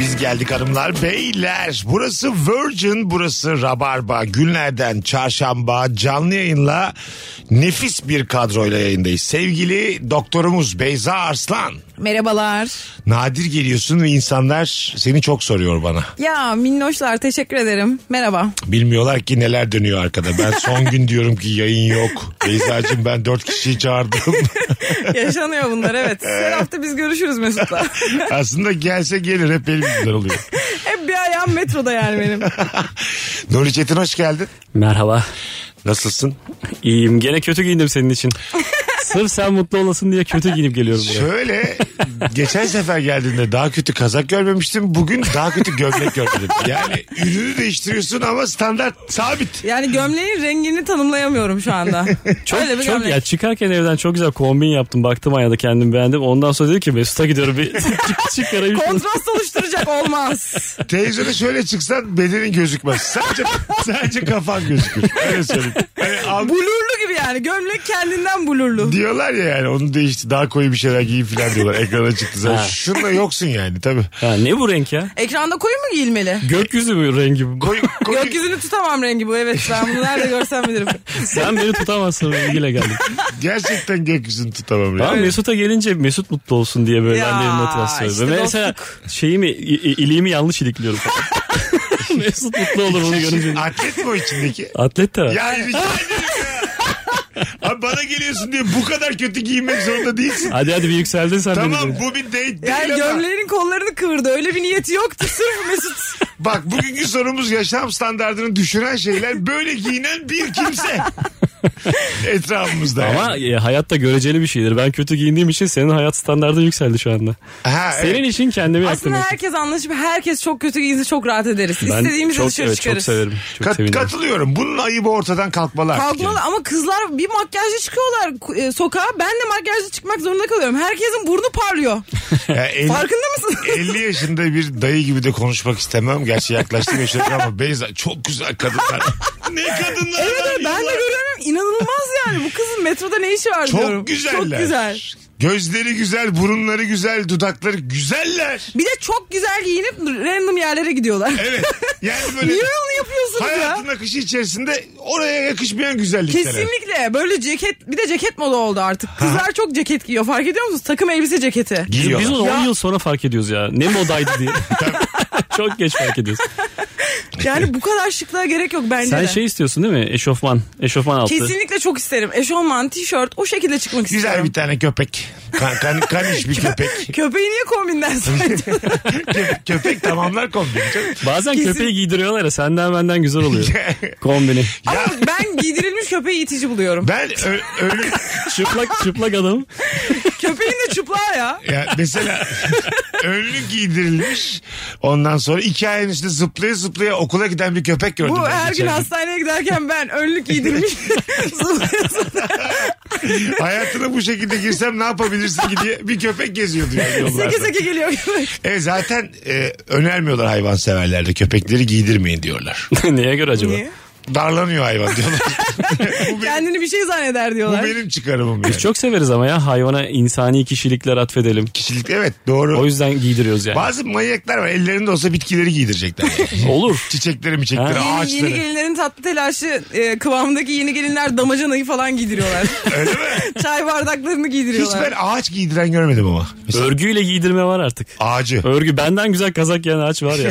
Biz geldik hanımlar beyler. Burası Virgin, burası Rabarba. Günlerden çarşamba canlı yayınla nefis bir kadroyla yayındayız. Sevgili doktorumuz Beyza Arslan. Merhabalar. Nadir geliyorsun ve insanlar seni çok soruyor bana. Ya minnoşlar teşekkür ederim. Merhaba. Bilmiyorlar ki neler dönüyor arkada. Ben son gün diyorum ki yayın yok. Beyza'cığım ben dört kişiyi çağırdım. Yaşanıyor bunlar evet. Her hafta biz görüşürüz Mesut'la. Aslında gelse gelir hep benim yüzümden oluyor. Hep bir ayağım metroda yani benim. Nuri Çetin hoş geldin. Merhaba. Nasılsın? İyiyim. Gene kötü giyindim senin için. Sırf sen mutlu olasın diye kötü giyinip geliyorum buraya. Şöyle geçen sefer geldiğinde daha kötü kazak görmemiştim. Bugün daha kötü gömlek gördüm. Yani ürünü değiştiriyorsun ama standart sabit. Yani gömleğin rengini tanımlayamıyorum şu anda. Çok, Öyle bir çok gömlek. ya çıkarken evden çok güzel kombin yaptım. Baktım aynada kendim beğendim. Ondan sonra dedim ki Mesut'a gidiyorum bir çık, çık arayüz. Kontrast oluşturacak olmaz. Televizyona şöyle çıksan bedenin gözükmez. Sadece sadece kafan gözükür. Öyle söyleyeyim. Yani al- Bulurlu gibi yani. Gömlek kendinden bulurlu. diyorlar ya yani onu değişti daha koyu bir şeyler giyin falan diyorlar. Ekrana çıktı zaten. Ha. Şunla yoksun yani tabii. Ya ne bu renk ya? Ekranda koyu mu giyilmeli? Gökyüzü bu rengi. bu. Koyu, koyu, Gökyüzünü tutamam rengi bu evet. Ben bunu nerede görsem bilirim. Sen beni tutamazsın rengiyle geldim. gerçekten gökyüzünü tutamam. Ama Yani. Mesut'a gelince Mesut mutlu olsun diye böyle Ya, ben benim motivasyon. işte Mesela şeyimi, i- i- iliğimi yanlış ilikliyorum. Mesut mutlu olur onu görünce. Atlet mi o içindeki? Atlet de var. Yani rica ederim ya. Abi bana geliyorsun diye bu kadar kötü giyinmek zorunda değilsin. Hadi hadi bir yükseldin sen beni. Tamam bu bir date değil Yani ama. gömleğinin kollarını kıvırdı. Öyle bir niyeti yoktu sırf Mesut. Bak bugünkü sorumuz yaşam standartını düşüren şeyler böyle giyinen bir kimse. Etrafımızda. Ama yani. e, hayatta göreceli bir şeydir. Ben kötü giyindiğim için senin hayat standartın yükseldi şu anda. Ha, evet. Senin için kendimi yaktım. Aslında herkes anlaşıp herkes çok kötü giyinse çok rahat ederiz. ben İstediğimizi çok, dışarı evet, çıkarız. çok severim. Çok Kat- sevinirim. katılıyorum. Bunun ayıbı ortadan kalkmalı artık. Kalkmalı yani. ama kızlar bir makyajlı çıkıyorlar ku- e, sokağa. Ben de makyajlı çıkmak zorunda kalıyorum. Herkesin burnu parlıyor. Ya elli- Farkında mısın? 50 yaşında bir dayı gibi de konuşmak istemem. Gerçi yaklaştım yaşına ama Beyza çok güzel kadınlar. ne kadınlar evet var evet, ben de yıllar- görüyorum. İnanılmaz yani. Bu kızın metroda ne işi var diyorum. Çok güzeller. Çok güzel. Gözleri güzel, burunları güzel, dudakları güzeller. Bir de çok güzel giyinip random yerlere gidiyorlar. Evet. Yani böyle Niye onu yapıyorsunuz ya? hayatın akışı içerisinde oraya yakışmayan güzellikler. Kesinlikle böyle ceket bir de ceket moda oldu artık. Kızlar çok ceket giyiyor fark ediyor musunuz? Takım elbise ceketi. Biz, Giyiyorlar. biz onu Ya. 10 yıl sonra fark ediyoruz ya. Ne modaydı diye. Çok geç fark ediyoruz. Yani bu kadar şıklığa gerek yok bence Sen de. şey istiyorsun değil mi? Eşofman. Eşofman altı. Kesinlikle çok isterim. Eşofman, tişört o şekilde çıkmak Güzel istiyorum. bir tane köpek. Kan, kan, kaniş bir köpek. Köpeği niye kombinden saydın? Kö- köpek tamamlar kombini. canım. Bazen Kesin- köpeği giydiriyorlar ya senden benden güzel oluyor. Kombini. Ama ben giydirilmiş köpeği itici buluyorum. Ben ö- öyle Çıplak çıplak adam. Köpeğin de çıplağı ya. ya mesela önlük giydirilmiş ondan sonra iki ayın üstünde zıplaya zıplaya okula giden bir köpek gördüm. Bu ben her geçen gün hastaneye giderken ben önlük giydirmiş. zıplıyorsun. Hayatına bu şekilde girsem ne yapabilirsin ki diye bir köpek geziyordu yani seke yollarda. seke geliyor köpek. E zaten e, önermiyorlar hayvanseverler de köpekleri giydirmeyin diyorlar. Neye göre acaba? Niye? Darlanıyor hayvan diyorlar. bu, benim, Kendini bir şey zanneder bu diyorlar. benim çıkarımım yani. Biz çok severiz ama ya hayvana insani kişilikler atfedelim. Kişilik evet doğru. O yüzden giydiriyoruz yani. Bazı manyaklar var ellerinde olsa bitkileri giydirecekler. yani. Olur. Çiçekleri miçekleri Ha. Yeni, yeni ağaçları. gelinlerin tatlı telaşı e, kıvamındaki yeni gelinler damacanayı falan giydiriyorlar. Öyle mi? Çay bardaklarını Hiç giydiriyorlar. ben ağaç giydiren görmedim ama. Mesela Örgüyle giydirme var artık. ağacı. Örgü benden güzel kazak giyen ağaç var ya.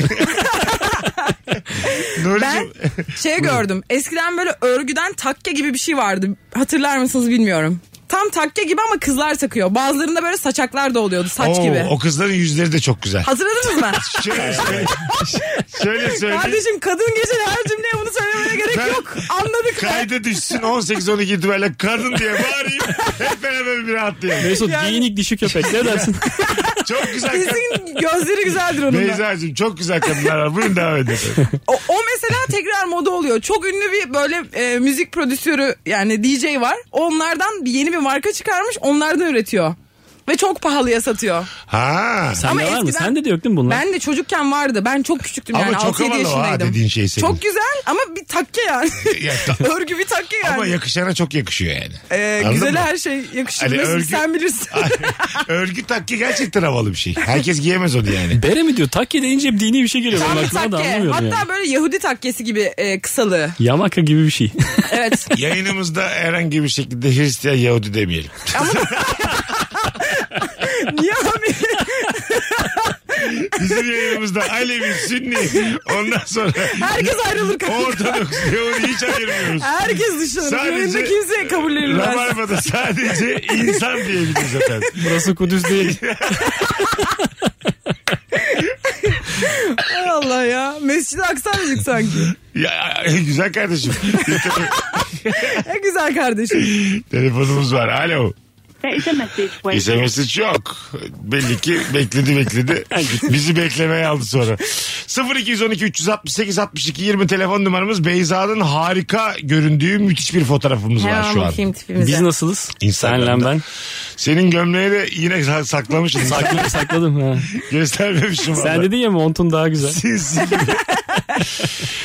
Ben Nuri'cim şey gördüm. Eskiden böyle örgüden takke gibi bir şey vardı. Hatırlar mısınız bilmiyorum. Tam takke gibi ama kızlar takıyor. Bazılarında böyle saçaklar da oluyordu saç Oo, gibi. o kızların yüzleri de çok güzel. Hatırladınız mı? Şöyle söyleyeyim. Şöyle söyleyeyim. Kardeşim kadın geçen her cümleye bunu söylemeye gerek Ben- yok. Anladık ben. Kayda düşsün 18-12 itibariyle kadın diye bağırayım. Hep beraber bir rahatlayalım. Mesut Yani- giyinik dişi köpek ne dersin? Çok güzel kadın. Kesin gözleri güzeldir onun da. Beyza'cığım çok güzel kadınlar var. Buyurun devam edin. O, o mesela tekrar moda oluyor. Çok ünlü bir böyle e, müzik prodüsörü yani DJ var. Onlardan bir yeni bir marka çıkarmış. Onlardan üretiyor. Ve çok pahalıya satıyor. Ha. Sende Ama var mı? eskiden- Sende de yok değil mi bunlar? Ben de çocukken vardı. Ben çok küçüktüm Ama yani. çok 6-7 havalı o ha, yaşındaydım. dediğin şey senin. Çok güzel ama bir takke yani. Ya, ta- Örgü bir takke yani. Ama yakışana çok yakışıyor yani. Ee, Anladın güzel mı? her şey yakışır. Hani Mesut, örgü- Sen bilirsin. Örgü takki gerçekten havalı bir şey. Herkes giyemez onu yani. Bere mi diyor? Takke deyince hep dini bir şey geliyor. Tam benim bir aklıma da takke. anlamıyorum Hatta yani. böyle Yahudi takkesi gibi e, kısalığı. Yamaka gibi bir şey. Evet. Yayınımızda herhangi bir şekilde Hristiyan Yahudi demeyelim. Niye abi? Bizim yayınımızda Alevi, Sünni ondan sonra Herkes ayrılır kapıdan. Ortodoks, Yahudi hiç ayırmıyoruz. Herkes dışlanır. Sadece- Yayında kimseye kabul edilmez. Rabarba'da sadece insan diyebiliriz efendim. Burası Kudüs değil. Hay Allah ya. Mescid-i Aksa dedik sanki. Ya, güzel kardeşim. Ne güzel kardeşim. Telefonumuz var. Alo. There is a message waiting. İzlemesi çok. Belli ki bekledi bekledi. Bizi beklemeye aldı sonra. 0212 368 62 20 telefon numaramız Beyza'nın harika göründüğü müthiş bir fotoğrafımız var Hemen şu an. bakayım Biz tipimize. nasılız? Instagram'da. Senle ben. Senin gömleği de yine sa- saklamışsın. Sakladım sakladım. Ha. Göstermemişim. Sen dedin ya montun daha güzel. Siz-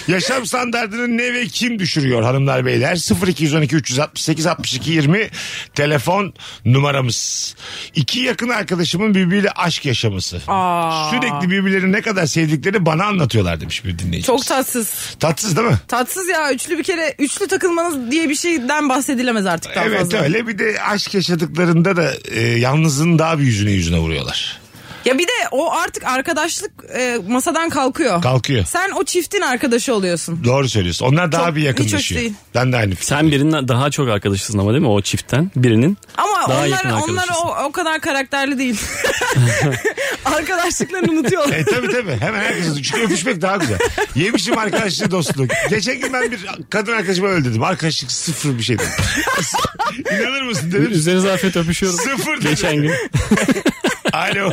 Yaşam standartını ne ve kim düşürüyor hanımlar beyler? 0212 368 62 20 telefon numaramız. İki yakın arkadaşımın birbiriyle aşk yaşaması. Aa. Sürekli birbirlerini ne kadar sevdiklerini bana anlatıyorlar demiş bir dinleyici. Çok tatsız. Tatsız değil mi? Tatsız ya. Üçlü bir kere üçlü takılmanız diye bir şeyden bahsedilemez artık daha evet fazla. öyle bir de aşk yaşadıklarında da e, yalnızlığın daha bir yüzüne yüzüne vuruyorlar. Ya bir de o artık arkadaşlık e, masadan kalkıyor. Kalkıyor. Sen o çiftin arkadaşı oluyorsun. Doğru söylüyorsun. Onlar daha Çok- bir hiç hoş yakınlaşıyor. değil. Ben de aynı fikir. Sen birinin daha çok arkadaşısın ama değil mi o çiftten birinin? Ama Daha onlar yakın onlar arkadaşısın. o, o kadar karakterli değil. Arkadaşlıklarını unutuyorlar. E tabii tabii. Hemen herkes Çünkü öpüşmek daha güzel. Yemişim arkadaşlığı dostluk. Geçen gün ben bir kadın arkadaşıma öyle dedim. Arkadaşlık sıfır bir şey dedim. İnanır mısın dedim. Üzerinize afiyet öpüşüyorum. Sıfır dedim. Geçen gün. Alo.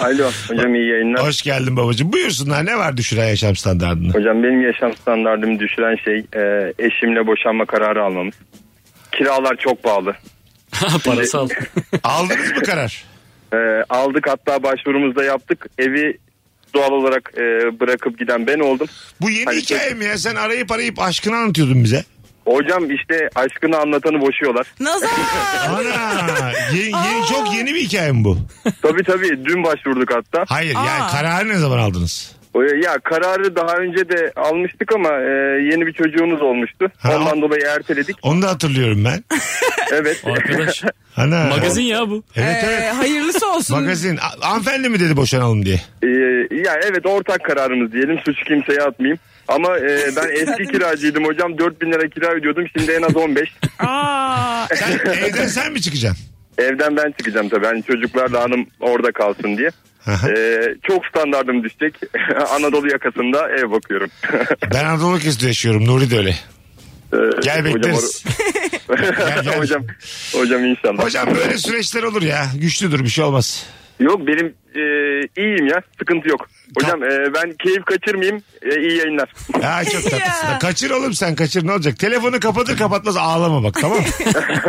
Alo hocam iyi yayınlar. Hoş geldin babacığım. Buyursunlar ne var düşüren yaşam standartını? Hocam benim yaşam standartımı düşüren şey e, eşimle boşanma kararı almamız. Kiralar çok pahalı. Ha, Parasal. Aldınız mı karar? E, aldık hatta başvurumuzda yaptık. Evi doğal olarak e, bırakıp giden ben oldum. Bu yeni Hayır, hikaye mi ya? Sen arayıp arayıp aşkını anlatıyordun bize. Hocam işte aşkını anlatanı boşuyorlar. Nazar. Ana. Ye- ye- çok yeni bir hikaye mi bu? tabii tabii dün başvurduk hatta. Hayır yani Aa. kararı ne zaman aldınız? E, Ya kararı daha önce de almıştık ama e, yeni bir çocuğumuz olmuştu. Ha. Ondan dolayı erteledik. Onu da hatırlıyorum ben. Evet. O arkadaş. Ana. Magazin ya bu. Evet Ee, evet. hayırlısı olsun. Magazin. A- Hanımefendi mi dedi boşanalım diye? Ee, ya evet ortak kararımız diyelim suçu kimseye atmayayım. Ama e, ben eski kiracıydım hocam 4000 lira kira ödüyordum şimdi en az 15. Aa, Sen evden sen mi çıkacaksın? Evden ben çıkacağım tabii hani çocuklarla hanım orada kalsın diye. Aha. Ee, çok standardım düşecek Anadolu yakasında ev bakıyorum. Ben Anadolu kesimde yaşıyorum. Nuri de öyle. Ee, Gel bekleriz. Gel, Hocam, gel. or- hocam, hocam inşallah. Hocam böyle süreçler olur ya. Güçlüdür bir şey olmaz. Yok benim e, iyiyim ya sıkıntı yok. Hocam e, ben keyif kaçırmayayım E, iyi yayınlar. Ha çok tatlısın. Ya. kaçır oğlum sen kaçır ne olacak? Telefonu kapatır kapatmaz ağlama bak tamam mı?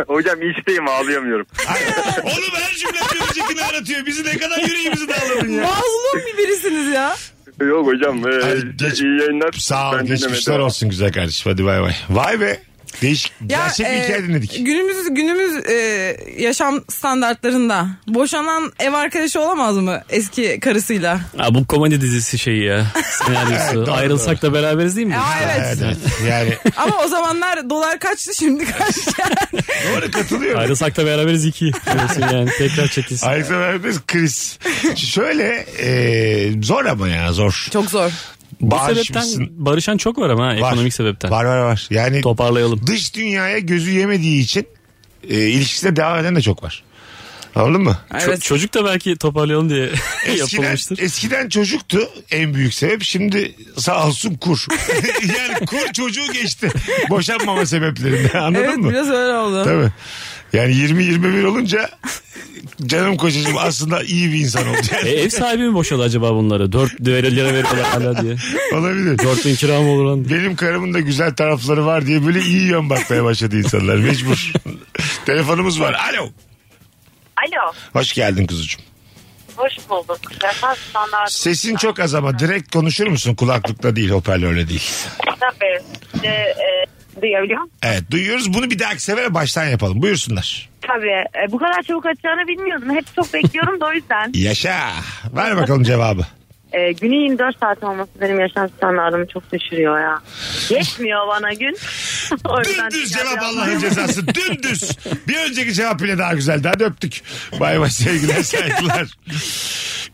hocam işteyim ağlayamıyorum. Ay, oğlum her cümle bir öncekini aratıyor. Bizi ne kadar yüreğimizi dağladın ya. mazlum bir birisiniz ya. Yok hocam e, Ay, geç- iyi yayınlar. Sağ ol Ben geçmişler dinlemedim. olsun güzel kardeşim. Hadi bay bay. Vay be. Değişik. ya gerçek bir e, hikaye dinledik. Günümüz günümüz e, yaşam standartlarında boşanan ev arkadaşı olamaz mı eski karısıyla? Ha, bu komedi dizisi şeyi ya. Senaryosu. Evet, doğru, Ayrılsak da beraberiz değil mi? Aa, evet. Evet, evet. Yani Ama o zamanlar dolar kaçtı şimdi kaç? doğru katılıyorum. Ayrılsak da beraberiz iki. Diyorsun yani tekrar çekilsin. Ayrıca vermez kriz. Şöyle e, zor ama ya zor. Çok zor. Bu sebepten Bağışmışsın. barışan çok var ama ha, Var. ekonomik sebepten. Var var var. Yani Toparlayalım. dış dünyaya gözü yemediği için e, ilişkisine devam eden de çok var. Anladın mı? Ço- Evet. çocuk da belki toparlayalım diye Eskiden, yapılmıştır. eskiden çocuktu en büyük sebep. Şimdi sağ olsun kur. yani kur çocuğu geçti. Boşanmama sebeplerinden anladın evet mı? biraz öyle oldu. Tabii. Yani 20-21 olunca canım kocacığım aslında iyi bir insan oldu. E, Yani ev sahibi mi boşadı acaba bunları? Dört lira lira veriyorlar hala diye. olabilir. Dört bin kira mı olur lan diye. Benim karımın da güzel tarafları var diye böyle iyi yön bakmaya başladı insanlar mecbur. Telefonumuz var. Alo. Alo, Hoş geldin kuzucuğum. hoş bulduk. Refah standartı Sesin çok az ama direkt konuşur musun? Kulaklıkla değil hoparlörle değil. tabii. Şimdi, e, duyabiliyor musun? Evet duyuyoruz. Bunu bir dahaki sefere baştan yapalım. Buyursunlar. Tabii. E, bu kadar çabuk açacağını bilmiyordum. Hep çok bekliyorum da o yüzden. Yaşa. Ver bakalım cevabı. E, günü 24 saat olması benim yaşam standartımı çok düşürüyor ya. Geçmiyor bana gün. O yüzden Dümdüz tekrar cevap yapmıyorum. Allah'ın cezası. Dümdüz. Bir önceki cevap bile daha güzeldi. Hadi öptük. Bay bay sevgiler saygılar.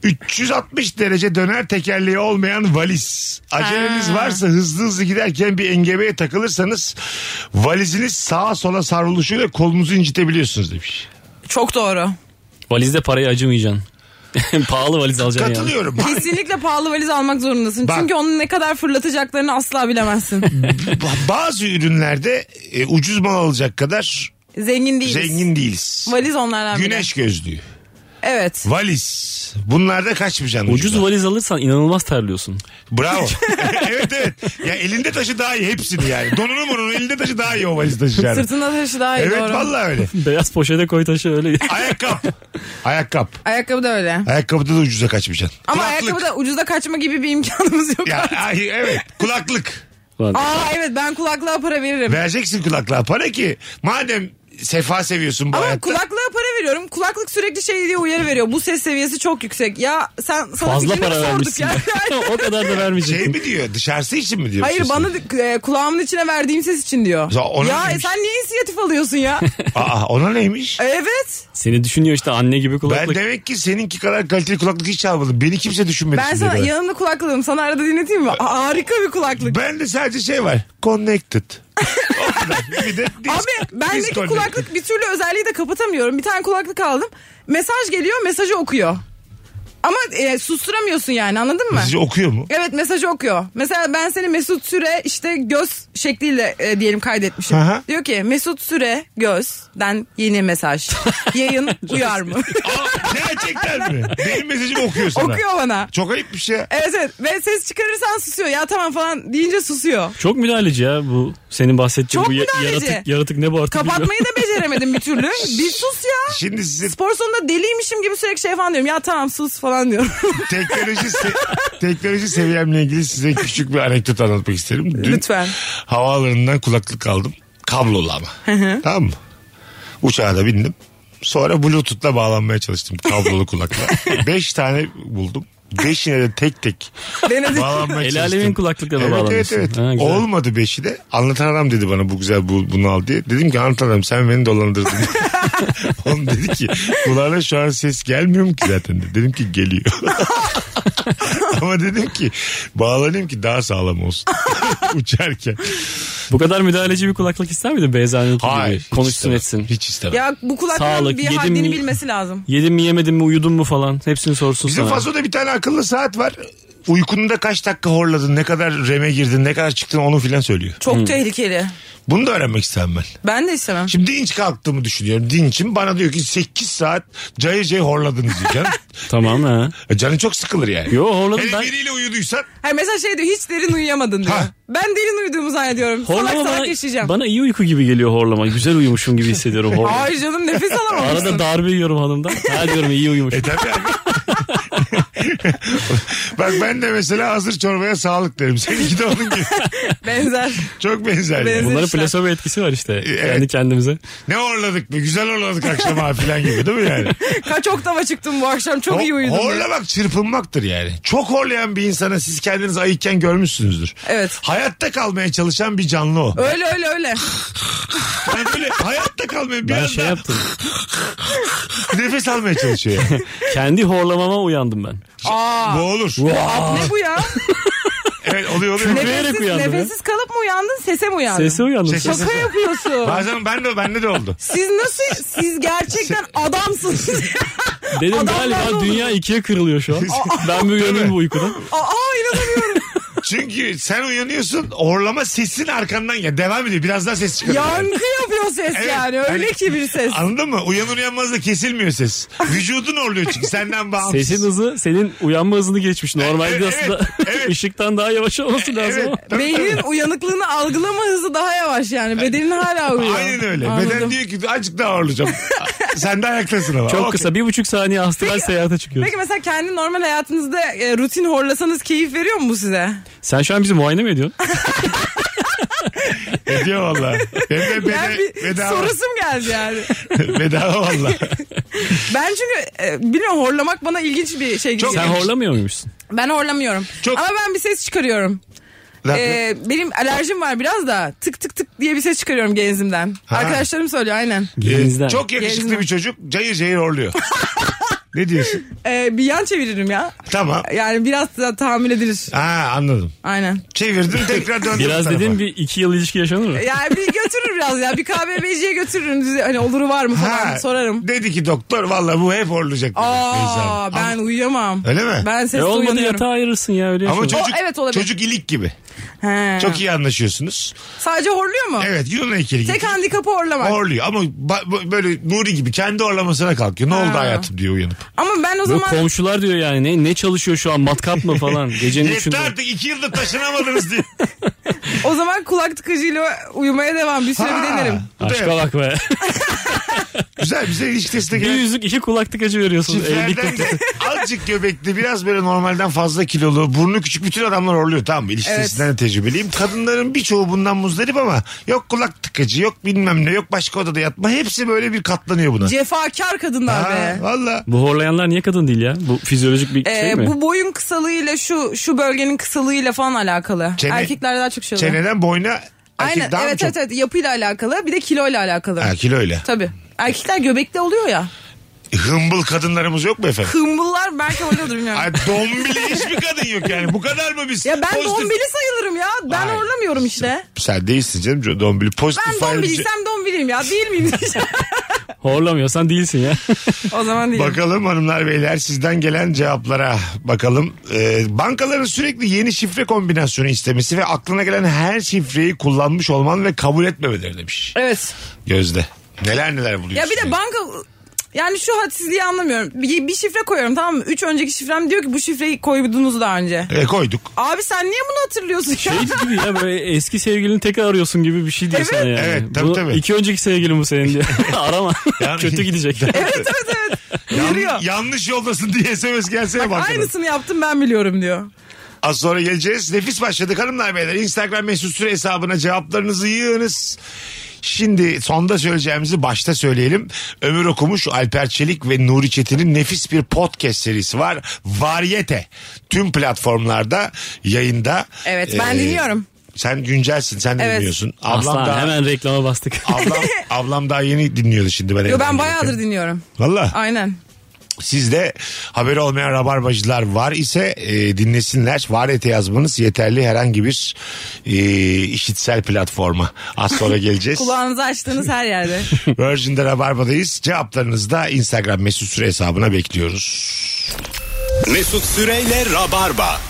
360 derece döner tekerleği olmayan valiz. Aceleniz varsa hızlı hızlı giderken bir engebeye takılırsanız valiziniz sağa sola sarılışıyla kolunuzu incitebiliyorsunuz demiş. Çok doğru. Valizde parayı acımayacaksın. Pahalı valiz alacaksın yani. Katılıyorum. Kesinlikle pahalı valiz almak zorundasın. Bak. Çünkü onu ne kadar fırlatacaklarını asla bilemezsin. Ba- Bazı ürünlerde e, ucuz mal alacak kadar Zengin değiliz. zengin değiliz. Valiz onlardan biri. Güneş gözlüğü, Evet. valiz. Bunlarda kaçmayacaksın. Ucuz ucuza. valiz alırsan inanılmaz terliyorsun. Bravo. evet evet. Ya elinde taşı daha iyi hepsini yani. Donunu murunu elinde taşı daha iyi o valiz taşıyacağını. Sırtında taşı daha iyi Evet doğru. vallahi öyle. Beyaz poşete koy taşı öyle. Ayakkabı. Ayakkabı. Ayakkabı da öyle. Ayakkabıda da ucuza kaçmayacaksın. Ama Kulaklık. ayakkabı da ucuza kaçma gibi bir imkanımız yok. Ya ay, evet kulaklık. Ulan, Aa evet ben kulaklığa para veririm. Vereceksin kulaklığa para ki madem sefa seviyorsun bu Ama hayatta. kulaklığa para veriyorum. Kulaklık sürekli şey diye uyarı veriyor. Bu ses seviyesi çok yüksek. Ya sen sana Fazla fikrini para sorduk vermişsin. ya. o kadar da Şey vermeyecektim. mi diyor dışarısı için mi diyor? Hayır sesi? bana e, kulağımın içine verdiğim ses için diyor. Ya ona Ya e, neymiş? sen niye inisiyatif alıyorsun ya? Aa ona neymiş? evet. Seni düşünüyor işte anne gibi Ben kulaklık. demek ki seninki kadar kaliteli kulaklık hiç almadım. Beni kimse düşünmedi. Ben şimdiye sana kadar. yanımda kulaklığım. Sana arada dinleteyim mi? Aa, harika bir kulaklık. Ben de sadece şey var. Connected. o kadar. Bir de dis- Abi bendeki disconnected. kulaklık bir türlü özelliği de kapatamıyorum. Bir tane kulaklık aldım. Mesaj geliyor mesajı okuyor. Ama e, susturamıyorsun yani anladın mı? Sizce okuyor mu? Evet mesajı okuyor. Mesela ben seni Mesut Süre işte göz şekliyle e, diyelim kaydetmişim. Aha. Diyor ki Mesut Süre gözden yeni mesaj. Yayın uyar mı? Aa, gerçekten mi? Benim mesajımı okuyor sana. okuyor bana. Çok ayıp bir şey. Evet evet ve ses çıkarırsan susuyor. Ya tamam falan deyince susuyor. Çok müdahaleci ya bu senin bahsettiğin Çok bu ya- müdahaleci. yaratık, yaratık ne bu artık Kapatmayı bilmiyorum. da beceremedim bir türlü. Bir sus ya. Şimdi size Spor sonunda deliymişim gibi sürekli şey falan diyorum. Ya tamam sus falan diyorum. teknoloji se- teknoloji seviyemle ilgili size küçük bir anekdot anlatmak isterim. Dün Lütfen. havaalanından kulaklık aldım. Kablolu ama. tamam mı? Uçağa da bindim. Sonra Bluetooth'la bağlanmaya çalıştım kablolu kulakla. Beş tane buldum. Beşine de tek tek Denedim. bağlanmaya El alemin çalıştım. kulaklıkla da Evet evet bağlanmışsın. evet. Ha, güzel. Olmadı beşi de. Anlatan adam dedi bana bu güzel bu, bunu al diye. Dedim ki anlatan adam sen beni dolandırdın. Oğlum dedi ki kulağına şu an ses gelmiyor mu ki zaten dedi. Dedim ki geliyor. Ama dedim ki bağlanayım ki daha sağlam olsun. Uçarken. Bu kadar müdahaleci bir kulaklık ister miydin Beyza'nın gibi? hiç Konuşsun istemem. etsin. Hiç istemem. Ya bu kulaklığın Sağlık, bir yedim haddini mi- bilmesi lazım. Yedin mi yemedin mi uyudun mu falan hepsini sorsun Bizim sana. fasoda bir tane akıllı saat var. Uykunda kaç dakika horladın, ne kadar reme girdin, ne kadar çıktın onu filan söylüyor. Çok tehlikeli. Bunu da öğrenmek istemem ben. Ben de istemem. Şimdi dinç kalktığımı düşünüyorum. Dinçim bana diyor ki 8 saat cayır cayır horladınız diyor canım. Tamam ha. E, Canı çok sıkılır yani. Yo, horladım Hele ben. biriyle uyuduysan Hayır mesela şey diyor hiç derin uyuyamadın diyor. Ha. Ben derin uyuduğumu zannediyorum. salak salak yaşayacağım. bana, bana iyi uyku gibi geliyor horlama. Güzel uyumuşum gibi hissediyorum horlama. Ay canım nefes alamamışsın. Arada darbe yiyorum hanımdan. Ha diyorum iyi uyumuşum. E tabii abi. Bak ben de mesela hazır çorbaya sağlık derim. Seninki de onun gibi. Benzer. Çok benzer. yani. Benzer. Bunların işler. plasebo etkisi var işte. Kendi kendimize. Ne horladık mı? Güzel horladık akşam abi falan gibi değil mi yani? Kaç oktava çıktım bu akşam çok iyi Ho- uyudum. horlamak çırpınmaktır yani. Çok horlayan bir insana siz kendiniz ayıkken görmüşsünüzdür. Evet. Hayatta kalmaya çalışan bir canlı o. Öyle öyle öyle. Yani böyle hayatta kalmaya Ben biraz şey yaptım. nefes almaya çalışıyor. yani. Kendi horlamama uyandım ben. Aa, Bu olur. ne bu ya? Evet oluyor oluyor. Kükreyerek Nefessiz, uyandım ya. nefessiz kalıp mı uyandın sese mi uyandın? Sesi uyandım. Sesi- Şaka yapıyorsun. Bazen ben de bende de oldu. Siz nasıl siz gerçekten Şey- adamsınız. Dedim Adamlar da galiba olur. dünya ikiye kırılıyor şu an. ben bir uyanayım bu uykudan. Aa inanamıyorum. Çünkü sen uyanıyorsun orlama sesin arkandan ya devam ediyor. Biraz daha ses çıkarıyor. Yankı yapıyor ses Evet, yani hani- öyle ki bir ses. Anladın mı? Uyanır uyanmaz da kesilmiyor ses. Vücudun orluyor çünkü senden bağımsız. Sesin hızı senin uyanma hızını geçmiş. Normalde Evet, aslında evet. ışıktan daha yavaş olması lazım Evet. ama. tabii, Beynin uyanıklığını algılama hızı daha yavaş yani. Bedenin hala uyuyor. Aynen öyle. Anladım. Beden diyor ki azıcık daha ağırlayacağım. Sen de ayaktasın ama. Çok Okey. kısa bir buçuk saniye astral seyahate çıkıyorsun. Peki mesela kendi normal hayatınızda e, rutin horlasanız keyif veriyor mu bu size? Sen şu an bizi muayene mi ediyorsun? Ediyor valla. Hem de bede, Yani bir bedava. sorusum geldi yani. bedava valla. ben çünkü e, biliyorum horlamak bana ilginç bir şey Çok- geliyor. Sen horlamıyor muymuşsun? Ben horlamıyorum. Çok- Ama ben bir ses çıkarıyorum. Lan- Ee, benim alerjim var biraz da tık tık tık diye bir ses çıkarıyorum genzimden. Ha. Arkadaşlarım söylüyor aynen. Denizden. Ee, çok yakışıklı Gezden. bir çocuk cayır cayır horluyor. ne diyorsun? Ee, bir yan çeviririm ya. Tamam. Yani biraz da tahammül edilir. Ha anladım. Aynen. Çevirdim tekrar döndüm. bu Biraz tarafa. E, dediğin bir iki yıl ilişki yaşanır mı? E, Yani bir götürür biraz ya. Bir KBB'ciye götürürüm. Düze- Hani oluru var mı falan sorarım. Dedi ki doktor valla bu hep horlayacak. dedi Beyza Aa Hanım. ben Ama- uyuyamam. Öyle mi? Ben sesle E olmadı uyanıyorum. yatağa ayırırsın ya öyle ama yaşanır. çocuk, O, evet, olabilir. çocuk ilik gibi. He. Çok iyi anlaşıyorsunuz. Sadece horluyor mu? Evet Yunan heykeli gibi. Tek handikapı horlamak. Horluyor ama ba- ba- böyle Nuri gibi kendi horlamasına kalkıyor. Ne oldu Ha. hayatım diyor uyanıp. Ama ben o Böyle zaman komşular diyor yani ne, ne çalışıyor şu an matkap mı falan gecenin Yetti üçünde. artık iki yılda taşınamadınız diye. o zaman kulak tıkıcıyla uyumaya devam. Bir süre bir Ha, denerim. bu da Aşka bak be. Güzel bize ilişkisine bir gelen yüzük iki kulak tıkacı veriyorsun. Evlilik çiftlerden de teklifi. azıcık göbekli biraz böyle normalden fazla kilolu burnu küçük bütün adamlar horluyor tamam mı? İlişkisinden de tecrübeliyim. Kadınların birçoğu bundan muzdarip ama yok kulak tıkacı yok bilmem ne yok başka odada yatma hepsi böyle bir katlanıyor buna. Cefakar kadınlar Ha, be. valla. Bu horlayanlar niye kadın değil ya? Bu fizyolojik bir Ee, şey mi? Bu boyun kısalığıyla şu şu bölgenin kısalığıyla falan alakalı. Çene- Erkekler daha çok şey oluyor. Çeneden boyuna Aynen erkek daha mı evet çok? evet evet yapıyla alakalı bir de kiloyla alakalı. Ha, kiloyla. Tabii. Erkekler göbekli oluyor ya. E, Hımbıl kadınlarımız yok mu efendim? Kımbıllar belki oluyordur bilmiyorum. Ay dombili hiçbir kadın yok yani. Bu kadar mı biz? ya ben pozitif- dombili sayılırım ya. Ben Ay. horlamıyorum işte. Sen değilsin canım dombili. Pozitif Ben ayrıca- dombiliysem dombiliyim ya. Değil miyim? Horlamıyorsan değilsin ya. o zaman değilim. Bakalım hanımlar beyler sizden gelen cevaplara bakalım. Ee, bankaların sürekli yeni şifre kombinasyonu istemesi ve aklına gelen her şifreyi kullanmış olman ve kabul etmemeleri demiş. Evet. Gözde. Neler neler buluyorsun. Ya bir de yani. banka yani şu hadsizliği anlamıyorum. Bir, bir şifre koyuyorum tamam mı? Üç önceki şifrem diyor ki bu şifreyi koydunuz daha önce. E, koyduk. Abi sen niye bunu hatırlıyorsun ya? Şey gibi ya böyle eski sevgilini tekrar arıyorsun gibi bir şey diyor sana yani. Evet, tabii, bu, tabii. İki önceki sevgilin bu senin diye. Arama. Yani- Kötü gidecek. evet evet evet. Yan- Yürüyor. yanlış yoldasın diye SMS gelsene bankadan. Aynısını yaptım ben biliyorum diyor. Az sonra geleceğiz. Nefis başladık hanımlar beyler. Instagram mesut süre hesabına cevaplarınızı yığınız. Şimdi sonda söyleyeceğimizi başta söyleyelim. Ömür Okumuş, Alper Çelik ve Nuri Çetin'in nefis bir podcast serisi var. Varyete. Tüm platformlarda yayında. Ee, Evet, ben dinliyorum. Sen güncelsin sen de Evet. dinliyorsun. Ablam Aslan daha, hemen reklama bastık. ablam, ablam daha yeni dinliyordu şimdi. Ben Yo ben bayağıdır dinliyorum. Valla. Aynen. Sizde haberi olmayan rabarbacılar var ise e, dinlesinler. Varete yazmanız yeterli herhangi bir e, işitsel platforma. Az sonra geleceğiz. Kulağınızı açtığınız her yerde. Virgin'de Rabarba'dayız. Cevaplarınızı da Instagram mesut süre hesabına bekliyoruz. Mesut Süreyle Rabarba.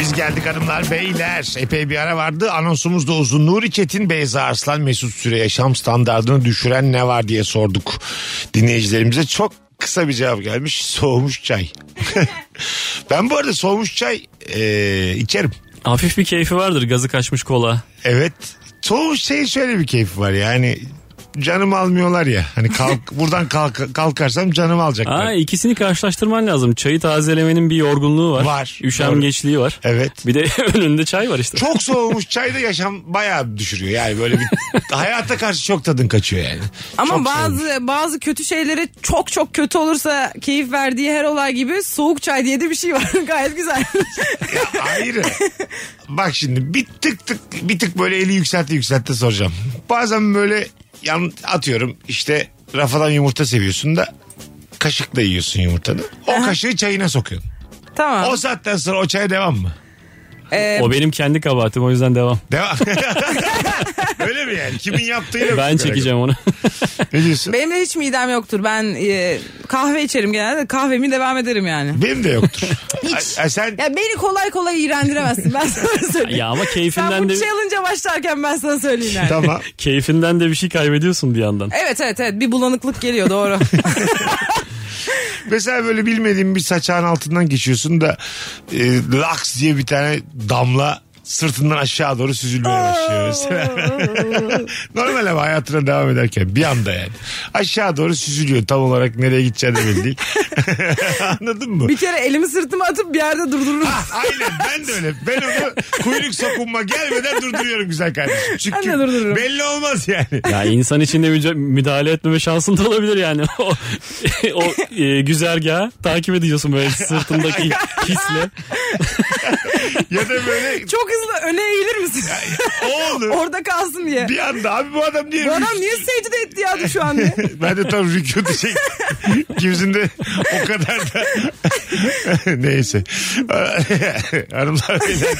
Biz geldik hanımlar beyler. Epey bir ara vardı. Anonsumuz da uzun. Nuri Çetin, Beyza Arslan, Mesut Süre yaşam standartını düşüren ne var diye sorduk dinleyicilerimize. Çok kısa bir cevap gelmiş. Soğumuş çay. ben bu arada soğumuş çay e, içerim. Hafif bir keyfi vardır gazı kaçmış kola. Evet. Çoğu şey şöyle bir keyfi var yani canım almıyorlar ya. Hani kalk, buradan kalk, kalkarsam canım alacaklar. Aa, ikisini karşılaştırman lazım. Çayı tazelemenin bir yorgunluğu var. Var. Üşengeçliği var. Evet. Bir de önünde çay var işte. Çok soğumuş çayda yaşam bayağı düşürüyor. Yani böyle bir hayata karşı çok tadın kaçıyor yani. Ama Çok bazı soğumuş. bazı kötü şeylere çok çok kötü olursa keyif verdiği her olay gibi soğuk çay diye de bir şey var. Gayet güzel. Ayrı. Bak şimdi bir tık tık bir tık böyle eli yükseltti yükseltti soracağım. Bazen böyle yan atıyorum işte rafadan yumurta seviyorsun da kaşıkla yiyorsun yumurtanı. O kaşığı çayına sokuyorsun. Tamam. O saatten sonra o çaya devam mı? Ee, O benim kendi kabahatim o yüzden devam. Devam. Öyle mi yani? Kimin yaptığıyla Ben çekeceğim onu. Ne diyorsun? benim de hiç midem yoktur. Ben e, kahve içerim genelde. Kahvemi devam ederim yani. Benim de yoktur. Ay- ay sen Ya beni kolay kolay iğrendiremezsin. Ben sana söyleyeyim. ya ama Sen keyfinden bu de challenge'a başlarken ben sana söyleyeyim yani. tamam. keyfinden de bir şey kaybediyorsun bir yandan. Evet evet evet bir bulanıklık geliyor doğru. Mesela böyle bilmediğin bir saçağın altından geçiyorsun da e, laks diye bir tane damla sırtından aşağı doğru süzülmeye başlıyor mesela. Normal ama hayatına devam ederken bir anda yani. Aşağı doğru süzülüyor tam olarak nereye gideceğini de belli değil. Anladın mı? bir kere elimi sırtıma atıp bir yerde durdururum. Ah, Aynen ben de öyle. Ben onu kuyruk sokunma gelmeden durduruyorum güzel kardeşim. Çünkü Ben de durdururum. belli olmaz yani. Ya insan içinde müca- müdahale etmeme şansın da olabilir yani. O, o e, güzergahı takip ediyorsun böyle sırtındaki hisle. Ya da böyle Çok hızlı öne eğilir misin? o olur. Orada kalsın diye. Bir anda abi bu adam niye Bu rüks- adam niye secde etti ya şu an diye. ben de tam rükû şey Kimsin de o kadar da neyse. Hanımlar beyler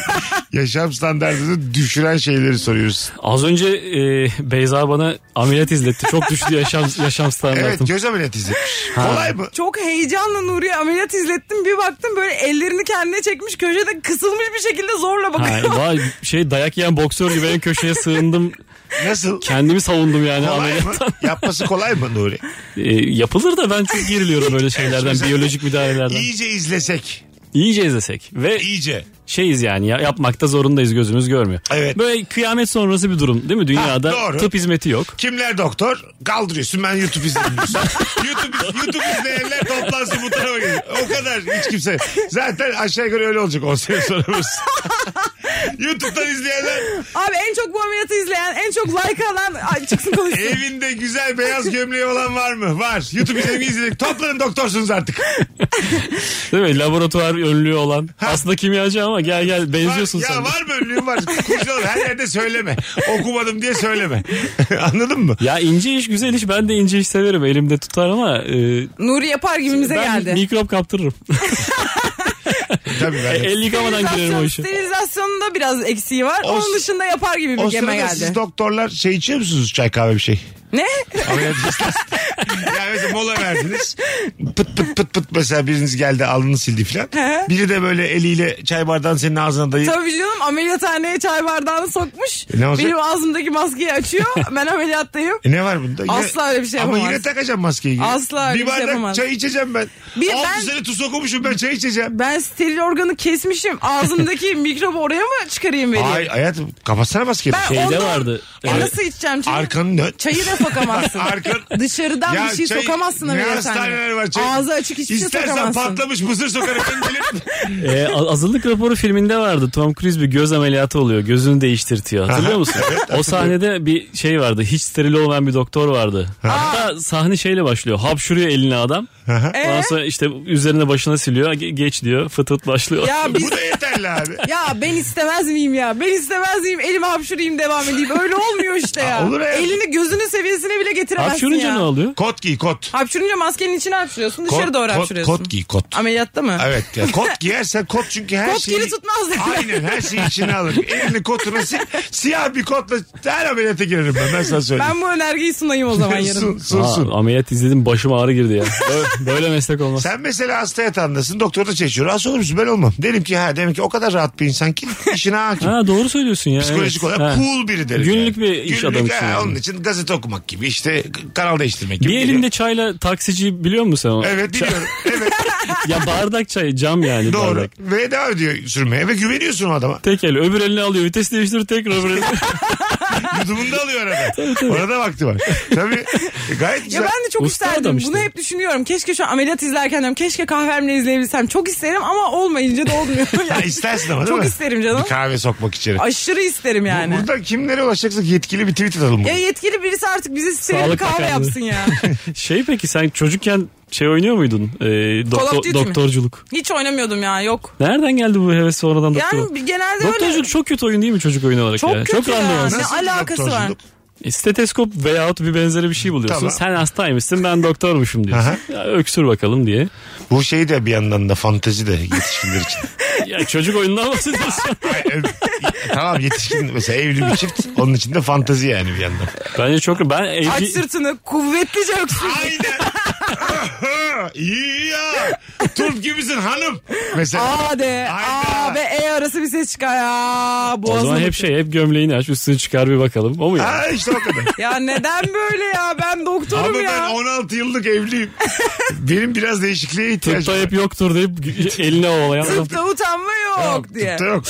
yaşam standartını düşüren şeyleri soruyoruz. Az önce e, Beyza bana ameliyat izletti. Çok düştü yaşam, yaşam Evet standartım. göz ameliyatı izlemiş. Kolay mı? Çok heyecanla Nuri'ye ameliyat izlettim. Bir baktım böyle ellerini kendine çekmiş köşede kısılmış bir şekilde zorla Ha, bakıyor. vay, şey dayak yiyen boksör gibi en köşeye sığındım. Nasıl? Kendimi savundum yani Kolay mı? ameliyattan. Yapması kolay mı Nuri? E, yapılır da ben çok geriliyorum böyle şeylerden. biyolojik müdahalelerden. İyice izlesek. İyice izlesek. Ve İyice. şeyiz yani ya, yapmakta zorundayız gözümüz görmüyor. Evet. Böyle kıyamet sonrası bir durum değil mi? Dünyada doğru. tıp hizmeti yok. Kimler doktor? Kaldırıyorsun ben YouTube izledim. diyorsun. YouTube, YouTube izleyenler toplansın bu tarafa geliyor. O kadar hiç kimse. Zaten aşağı yukarı öyle olacak 10 sene sonramız. YouTube'dan izleyenler Abi en çok bu ameliyatı izleyen en çok like alan Ay, çıksın konuşsun. Evinde güzel beyaz gömleği olan var mı? Var. YouTube izledik izledik. Toplanın doktorsunuz artık. Değil mi? Laboratuvar önlüğü olan. Aslında kimyacı ama gel gel Var, benziyorsun ya sen. de. var mı önlüğüm var. Kurcalar her yerde söyleme. Okumadım diye söyleme. Anladın mı? Ya ince iş güzel iş ben de ince iş severim elimde tutar ama e, Nuri yapar gibimize ben geldi. mikrop kaptırırım. Tabii ben. El yıkamadan girerim o işe. Sterilizasyonunda biraz eksiği var. O- Onun dışında yapar gibi bir e, O geme sırada geldi. siz doktorlar şey içiyor musunuz çay kahve bir şey? Ne? Ameliyat esnasında. yani mesela mola verdiniz. Pıt pıt pıt pıt mesela biriniz geldi alnını sildi filan. Biri de böyle eliyle çay bardağını senin ağzına dayayıp Tabii canım ameliyathaneye çay bardağını sokmuş. E, ne olacak? Benim ağzımdaki maskeyi açıyor. ben ameliyattayım. E ne var bunda? Yine- Asla öyle bir şey Ama yapamaz. yine takacağım maskeyi. Asla öyle bir bir şey bardak yapamaz. çay içeceğim ben. Bir- Altı ben- sene tuz okumuşum ben çay içeceğim. Ben steril organı kesmişim. Ağzımdaki mikrobu oraya mı çıkarayım vereyim? Ay hayatım kapatsana maskeyi. Şey, Ben Şeyde ondan- vardı. E, Evet. Nasıl içeceğim çayı? Arkanı dön. Çayı da sokamazsın. Arkan... Dışarıdan Ya bir şey çay- sokamazsın ne ameliyathaneye. hastaneler var çay- Ağzı açık hiçbir şey İstersen sokamazsın. patlamış mısır sokarım ben bilirim. E, a- azınlık raporu filminde vardı. Tom Cruise bir göz ameliyatı oluyor. Gözünü değiştirtiyor. Hatırlıyor musun? o sahnede bir şey vardı. Hiç steril olmayan bir doktor vardı. Hatta sahne şeyle başlıyor. Hapşuruyor eline adam. Ee? Ondan sonra işte üzerine başına siliyor. Ge- Geç diyor. Fıt fıt başlıyor. Ya biz Bu da yeterli abi. ya ben istemez miyim ya? Ben istemez miyim? Elimi hapşurayım devam edeyim. Öyle olmuyor işte ya. Aa, olur ya. Elini gözünün seviyesine bile getiremezsin Hapşurunca ya. ne oluyor? Kot giy kot. Hapşurunca maskenin içine hapşuruyorsun. Dışarı Kot- doğru kot- hapşuruyorsun. Kot giy kot. Ameliyatta mı? Evet ya kot giyersen kot çünkü her Kot şeyi... geri tutmaz dediler. Aynen her şeyi içine alır. Elini kotuna si- siyah bir kotla her ameliyata girerim ben ben sana söyleyeyim. Ben bu önergeyi sunayım o zaman yarın. Sun- sunsun. Aa, ameliyat izledim başım ağrı girdi ya. Böyle, böyle meslek olmaz. Sen mesela hasta yatağındasın doktor da çeşiyor. Hasta olur musun? Ben olmam. Derim ki ha demek ki o kadar rahat bir insan ki işine hakim. Ha doğru söylüyorsun ya. Psikolojik evet. olarak Ha. cool biri derim. Günlük yani. bir iş adamı için ha, yani. Onun için gazete okumak gibi işte kanal değiştirmek gibi. Bir geliyor. elinde çayla taksici biliyor musun sen onu? Evet biliyorum. evet Ya bardak çayı cam yani doğru. bardak. Ve devam ediyor sürmeye ve güveniyorsun o adama. Tek el öbür elini alıyor vites değiştiriyor tekrar öbür elini. Yudumunu da alıyor arada. Orada vakti var. Tabii e, gayet Ya güzel. ben de çok Usta adam isterdim. işte. Bunu hep düşünüyorum. Keşke şu an ameliyat izlerken diyorum. Keşke kahvemle izleyebilsem. Çok isterim ama olmayınca da olmuyor. Ha, Yani istersin ama değil Çok mi? isterim canım. Bir kahve sokmak içeri. Aşırı isterim yani. Burada kimlere ulaşacaksak yetkili bir tweet atalım. Ya bunu. yetkili birisi artık bize steril Sağlık kahve Bakanlığı. yapsın ya. Şey peki sen çocukken şey oynuyor muydun? Ee, Call of doktor- Duty mi? doktorculuk. Hiç oynamıyordum ya yok. Nereden geldi bu heves sonradan doktor? Yani genelde öyle. Doktorculuk çok kötü oyun değil mi çocuk oyunu olarak Çok ya? kötü ya. randevansız. Ne Nasıl bir alakası var? doktorculuk? E, Steteskop veyahut bir benzeri bir şey buluyorsun. Tamam. Sen hastaymışsın ben doktormuşum diyorsun. ya, öksür bakalım diye. Bu şey de bir yandan da fantezi de yetişkinler için. Ya çocuk oyundan bahsediyorsun. Ev- tamam yetişkin mesela evli bir çift onun için de fantezi yani bir yandan. Bence çok ben Aç evli... sırtını kuvvetlice öksür. Aynen. İyi ya. Turp gibisin hanım. Mesela. A de. Aynen. A ve E arası bir ses çıkar. Ya, O zaman hep şey hep gömleğini aç üstünü çıkar bir bakalım. O mu ya? Ha işte o kadar. Ya neden böyle ya? Ben Ama doktorum ben ya. 16 yıllık evliyim. Benim biraz değişikliğe ihtiyacım Tıpta var. hep yoktur deyip eline ovalayan adam. Tıpta utanma yok diye. Tıpta yok.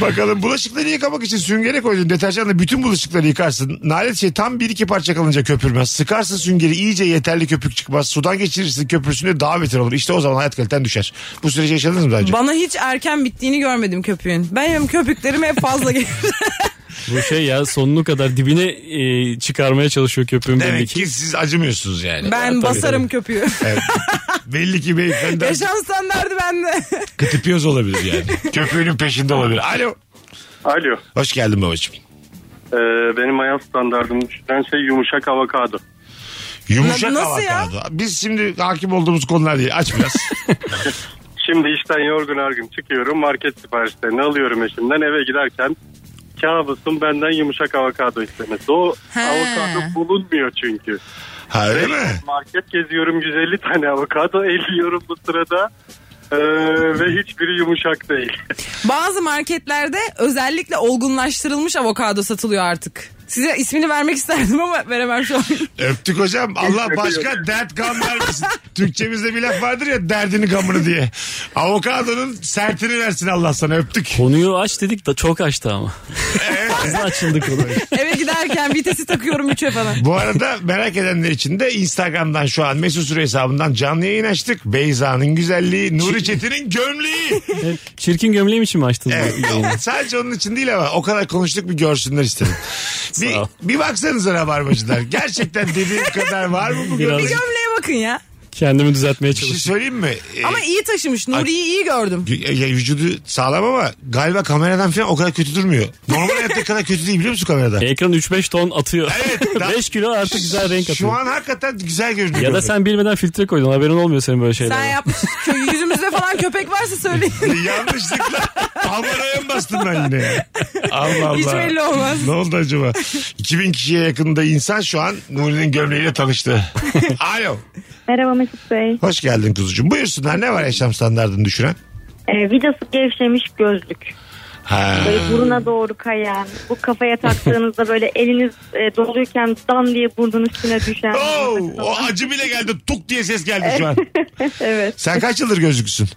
Bakalım bulaşıkları yıkamak için süngere koydun. Deterjanla bütün bulaşıkları yıkarsın. Nalet şey tam bir iki parça kalınca köpürmez. Sıkarsın süngeri iyice yeterli köpük çıkmaz. Sudan geçirirsin köpürsün de daha beter olur. İşte o zaman hayat kaliten düşer. Bu süreci yaşadınız mı daha önce? Bana hiç erken bittiğini görmedim köpüğün. Benim köpüklerim hep fazla gelir. Bu şey ya sonunu kadar dibine e, çıkarmaya çalışıyor köpüğün belli Demek ki. ki siz acımıyorsunuz yani. Ben basarım köpüğü. Evet. Belli ki beyefendi Yaşam standardı bende. kıtıpıyoruz olabilir yani. Köpüğünün peşinde olabilir. Alo. Alo. e, Hoş geldin babacığım. benim hayat standartım düşüren şey yumuşak avokado. Yumuşak Na- nasıl ya? avokado. Biz şimdi hakim olduğumuz konular değil. Aç biraz. Şimdi işten yorgun argın çıkıyorum. Market siparişlerini alıyorum eşimden. Eve giderken kabusum benden yumuşak avokado istemesi. O He. avokado bulunmuyor çünkü. ha öyle mi? Market geziyorum 150 tane avokado eliyorum bu sırada. Ee, ve hiçbiri yumuşak değil. Bazı marketlerde özellikle olgunlaştırılmış avokado satılıyor artık. Size ismini vermek isterdim ama veremem şu an. Öptük hocam. Allah Öpüyorum. başka dert gam vermesin. Türkçemizde bir laf vardır ya derdini gamını diye. Avokadonun sertini versin Allah sana öptük. Konuyu aç dedik da çok açtı ama. Hızlı açıldı konu. Eve giderken vitesi takıyorum üçe falan. Bu arada merak edenler için de Instagram'dan şu an Mesut Süre hesabından canlı yayın açtık. Beyza'nın güzelliği, Nuri Çetin'in gömleği. Evet, Çirkin gömleğim için mi açtın? Evet. bu yayını? Sadece onun için değil ama o kadar konuştuk bir görsünler istedim. bir, ol. bir baksanıza rabarbacılar. Gerçekten dediğim kadar var mı bu Biraz- gömlek? Gömleğe bakın ya. Kendimi düzeltmeye Bir şey çalıştım. söyleyeyim mi? E, Ee, Ama iyi taşımış. Nuri'yi iyi gördüm. Ya, e, ya vücudu sağlam ama galiba kameradan falan o kadar kötü durmuyor. Normal hayatta kadar kötü değil biliyor musun kamerada? E, Ekran 3-5 ton atıyor. Evet, daha- 5 kilo artık güzel renk atıyor. Şu an hakikaten güzel görünüyor. Ya da sen bilmeden filtre koydun haberin olmuyor senin böyle şeyler. Sen yapmış. Kö- Yüzümüzde falan köpek varsa söyleyin. Yanlışlıkla kameraya mı bastım ben yine? ya? Allah Allah. Hiç belli olmaz. Ne oldu acaba? 2000 kişiye yakında insan şu an Nuri'nin gömleğiyle tanıştı. Alo. Merhaba Mesut Bey. Hoş geldin kuzucuğum. Buyursunlar ne var yaşam standartını düşüren? Ee, vidası gevşemiş gözlük. Ha. Böyle buruna doğru kayan. Bu kafaya taktığınızda böyle eliniz e, doluyken dam diye burnun üstüne düşen. Oo, Oh, o acı bile geldi. Tuk diye ses geldi şu an. evet. Sen kaç yıldır gözlüksün?